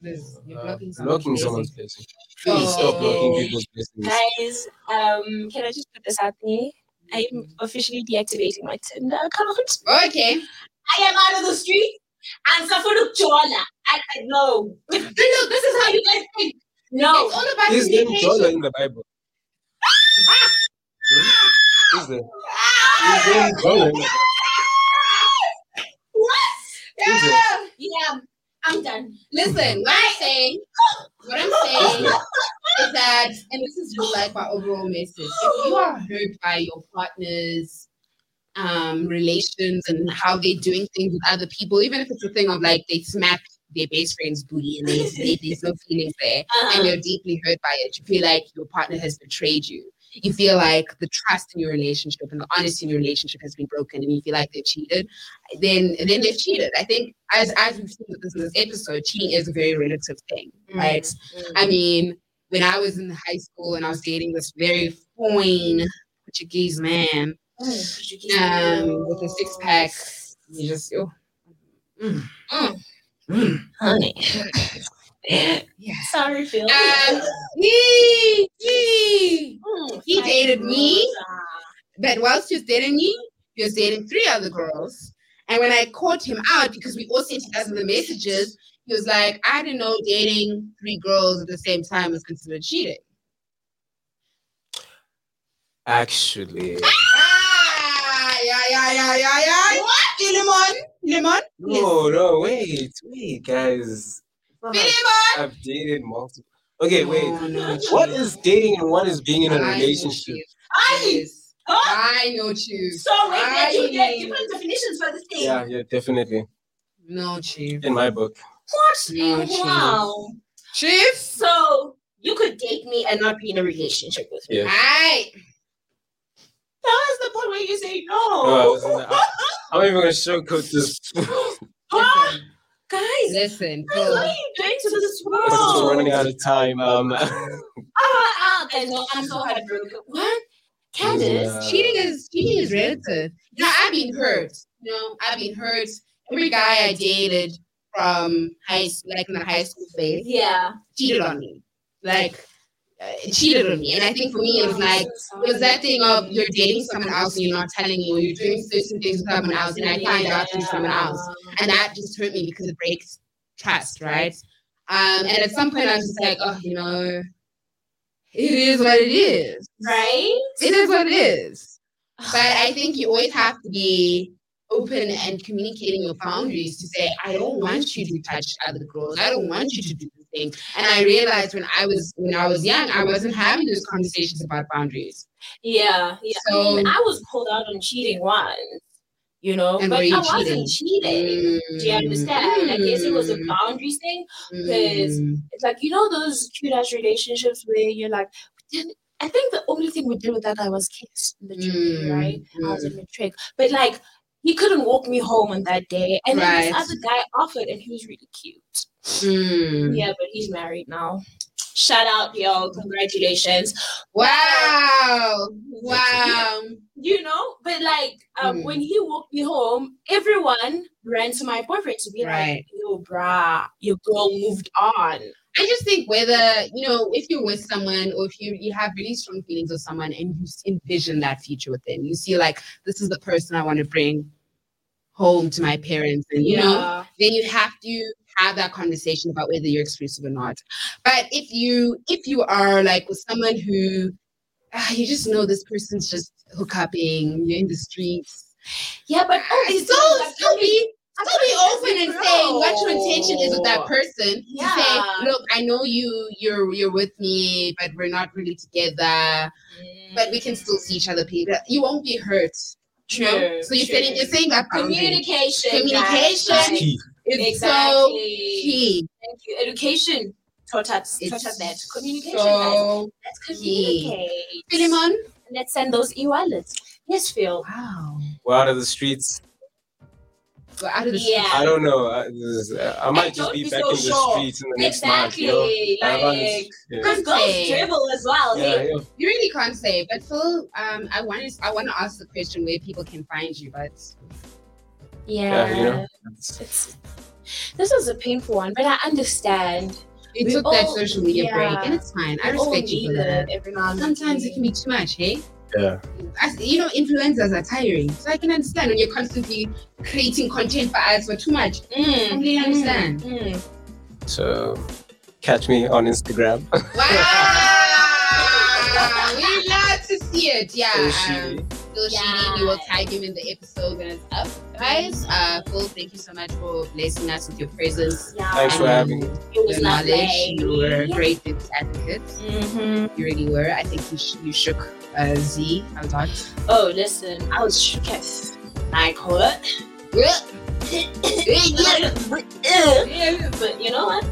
Speaker 2: this, you're
Speaker 4: Uh,
Speaker 2: blocking someone.
Speaker 4: Blocking someone's blessing. Please
Speaker 2: Oh.
Speaker 4: stop blocking people's blessings.
Speaker 5: Guys, um, can I just put this out there? I'm officially deactivating my Tinder account.
Speaker 2: Okay.
Speaker 5: I am out of the street. And Safuru Jola. I, I no.
Speaker 2: But look, this is how you guys think.
Speaker 5: No.
Speaker 2: It's all about
Speaker 4: Is there Jola
Speaker 2: communication.
Speaker 4: in the Bible? Hmm? Is there?
Speaker 5: "Ah,
Speaker 4: Is there Jola in the
Speaker 5: What?
Speaker 4: Is it?
Speaker 2: Yeah.
Speaker 5: Yeah, I'm done.
Speaker 2: Listen, what I'm saying, what I'm saying is that, and this is just like my overall message. If you are hurt by your partner's um, relations and how they're doing things with other people, even if it's a thing of like they smacked their best friend's booty and they, they, there's no feelings there, and
Speaker 5: Uh-huh.
Speaker 2: you're deeply hurt by it, you feel like your partner has betrayed you. You feel like the trust in your relationship and the honesty in your relationship has been broken, and you feel like they've cheated. Then, then they've cheated. I think, as as we've seen with this in this episode, cheating is a very relative thing, right? I mean, when I was in high school and I was dating this very fine Portuguese man
Speaker 5: Oh,
Speaker 2: um, with a six pack, you just oh,
Speaker 5: Honey.
Speaker 2: yeah.
Speaker 5: Sorry, Phil.
Speaker 2: Um, he, he,
Speaker 5: Hmm,
Speaker 2: he dated me. But whilst he was dating me, he was dating three other girls. And when I called him out, because we all sent each other the messages, he was like, I didn't know dating three girls at the same time was considered cheating.
Speaker 4: Actually,
Speaker 2: Ah, yeah, yeah, yeah, yeah, yeah. What? Philemon? Philemon?
Speaker 4: no, no, wait, wait, guys.
Speaker 2: Philemon?
Speaker 4: I've dated multiple. Okay, wait.
Speaker 2: No, no,
Speaker 4: What
Speaker 2: choose.
Speaker 4: is dating and what is being in a
Speaker 2: I know
Speaker 4: relationship?
Speaker 2: choose.
Speaker 5: I
Speaker 2: Yes.
Speaker 5: huh?
Speaker 2: I know choose.
Speaker 5: so wait, that you
Speaker 2: I-
Speaker 5: get different definitions for this thing.
Speaker 4: Yeah, yeah, definitely.
Speaker 2: No chief.
Speaker 4: In my book.
Speaker 5: What?
Speaker 2: No choose.
Speaker 5: Wow.
Speaker 2: Chief?
Speaker 5: So you could date me and not be in a relationship with me.
Speaker 4: Yeah.
Speaker 2: I
Speaker 5: That was the point where you say no.
Speaker 4: No, I wasn't. I, I'm not even gonna sugarcoat this.
Speaker 5: Huh? Guys,
Speaker 2: listen.
Speaker 5: guys, what
Speaker 2: Phil.
Speaker 5: are you doing to this
Speaker 4: Because we're
Speaker 5: world?
Speaker 4: running out of time. Um,
Speaker 5: Ah, ah, guys, no, I'm so heartbroken. What? Candace?
Speaker 4: yeah.
Speaker 2: cheating is cheating is relative. You know, I've been hurt. You know, I've been hurt every guy I dated from high school, like in the high school phase,
Speaker 5: Yeah.
Speaker 2: cheated on me. Like, uh, cheated on me. And I think for me, it
Speaker 5: Oh,
Speaker 2: was like, it was that thing of you're dating someone else and you're not telling me, or you're doing certain things with someone else, and I find out through someone else. And that just hurt me because it breaks trust, right? Um, and at some point, I'm just like, oh, you know, it is what it is.
Speaker 5: Right?
Speaker 2: It is what it is. But I think you always have to be open and communicating your boundaries to say, I don't want you to touch other girls. I don't want you to do these things. And I realized when I was when I was young, I wasn't having those conversations about boundaries.
Speaker 5: Yeah. yeah. I, mean,
Speaker 2: So-
Speaker 5: I was pulled out on cheating once, you know,
Speaker 2: And
Speaker 5: but
Speaker 2: were you
Speaker 5: I wasn't
Speaker 2: Mm.
Speaker 5: cheating. Do you understand? I guess it was a boundary thing. Because-
Speaker 2: Mm.
Speaker 5: It's like, you know, those cute ass relationships where you're like, we didn't. I think the only thing we did with that guy was kiss in the gym,
Speaker 2: Mm,
Speaker 5: right? I was in the trick. But like, he couldn't walk me home on that day. And then this
Speaker 2: Right.
Speaker 5: other guy offered, and he was really cute.
Speaker 2: Mm-hmm.
Speaker 5: Yeah, but he's married now. Shout out, y'all. Congratulations.
Speaker 2: Wow. Wow.
Speaker 5: you know but like um,
Speaker 2: Mm.
Speaker 5: when he walked me home everyone ran to my boyfriend to be like
Speaker 2: Right.
Speaker 5: yo brah your girl moved on
Speaker 2: I just think whether you know if you're with someone or if you you have really strong feelings with someone and you s- envision that future with them, you see like this is the person I want to bring home to my parents, and you know
Speaker 5: Yeah.
Speaker 2: then you have to have that conversation about whether you're exclusive or not. But if you if you are like with someone who ah, you just know this person's just hookupping, you're in the streets.
Speaker 5: yeah but
Speaker 2: Ah,
Speaker 5: oh,
Speaker 2: so so be so be open and saying what your intention is with that
Speaker 5: Bro.
Speaker 2: person.
Speaker 5: Yeah.
Speaker 2: To say, look, I know you you're you're with me, but we're not really together. But we can still see each other people. You won't be hurt. you know?
Speaker 5: True,
Speaker 2: So you're
Speaker 5: true.
Speaker 2: saying you're saying that boundary.
Speaker 5: communication
Speaker 2: Communication.
Speaker 5: guys.
Speaker 4: It's key.
Speaker 2: It's so
Speaker 5: exactly
Speaker 2: key.
Speaker 5: thank you education taught us taught us
Speaker 2: It's
Speaker 5: that communication guys.
Speaker 2: So
Speaker 5: let's
Speaker 2: key.
Speaker 5: communicate
Speaker 2: Philemon.
Speaker 5: let's send those e-wallets yes phil
Speaker 2: Wow.
Speaker 4: We're out of the streets.
Speaker 2: We're out of the
Speaker 5: yeah
Speaker 4: I don't know. I, this is- uh, I
Speaker 5: And
Speaker 4: might just
Speaker 5: don't
Speaker 4: be
Speaker 5: be
Speaker 4: back
Speaker 5: so
Speaker 4: in the
Speaker 5: sure.
Speaker 4: streets in the next month.
Speaker 5: exactly
Speaker 4: You know? I want
Speaker 5: like
Speaker 4: it. Yeah.
Speaker 5: Because girls
Speaker 2: Perfect.
Speaker 5: dribble as well.
Speaker 4: Yeah,
Speaker 5: hey.
Speaker 4: yeah.
Speaker 2: You really can't say, but Phil, um, I want to I want to ask the question where people can find you, but
Speaker 4: Yeah, you know. It's-
Speaker 5: It's, this was a painful one, but I understand.
Speaker 2: you
Speaker 5: We
Speaker 2: took that
Speaker 5: all-
Speaker 2: social media
Speaker 5: yeah.
Speaker 2: break, and it's fine. I
Speaker 5: We all
Speaker 2: respect you for
Speaker 5: need
Speaker 2: that.
Speaker 5: it Every now and
Speaker 2: Sometimes it can be too much, hey?
Speaker 4: Yeah.
Speaker 2: As, you know, influencers are tiring. So I can understand when you're constantly creating content for ads for too much. I
Speaker 5: Mm,
Speaker 2: completely understand.
Speaker 5: mm.
Speaker 4: So catch me on Instagram.
Speaker 2: Wow! we love to see it. Yeah.
Speaker 4: Oh,
Speaker 2: Um,
Speaker 4: she-
Speaker 2: Phil Sheedy, we will tag him in the episode when it's up, guys. Uh, Phil, thank you so much for blessing us with your presence.
Speaker 5: Yeah.
Speaker 4: Thanks for
Speaker 2: Um,
Speaker 4: having me.
Speaker 5: It was
Speaker 2: Your knowledge.
Speaker 5: lovely.
Speaker 2: You were a
Speaker 5: Yeah.
Speaker 2: great business advocate.
Speaker 5: Mhm.
Speaker 2: You really were. I think you, sh- you shook uh, Z a lot.
Speaker 5: Oh, listen, I was shook as I call it. uh. but you know what?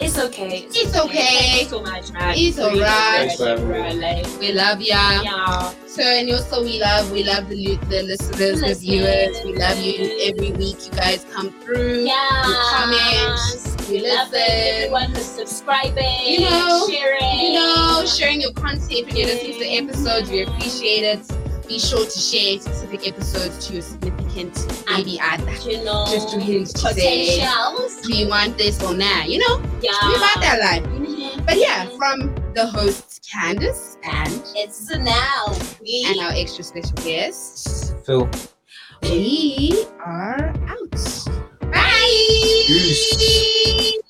Speaker 5: It's okay.
Speaker 2: It's okay.
Speaker 5: Thank you so much, man.
Speaker 2: It's
Speaker 5: Really,
Speaker 2: alright.
Speaker 4: Thanks for having me.
Speaker 5: Like,
Speaker 2: We love ya.
Speaker 5: yeah.
Speaker 2: So and also we love we love the lu- the listeners, the
Speaker 5: Listeners.
Speaker 2: viewers. We love you every week. You guys come through. You comment. You
Speaker 5: Love it.
Speaker 2: listen.
Speaker 5: Everyone who's subscribing,
Speaker 2: You know,
Speaker 5: sharing.
Speaker 2: You know, sharing your content when you're listening to the episodes, we appreciate it. Be sure to share specific episodes to your significant maybe
Speaker 5: Ah.
Speaker 2: other.
Speaker 5: you know,
Speaker 2: Just to hint to say,
Speaker 5: potentials.
Speaker 2: do you want this or not? You know,
Speaker 5: Yeah.
Speaker 2: we about that life.
Speaker 5: Mhm.
Speaker 2: But yeah, from the hosts Candace and
Speaker 5: It's now. We
Speaker 2: and our extra special guest,
Speaker 4: Phil.
Speaker 2: we are out. Bye.
Speaker 4: Peace.
Speaker 2: Peace.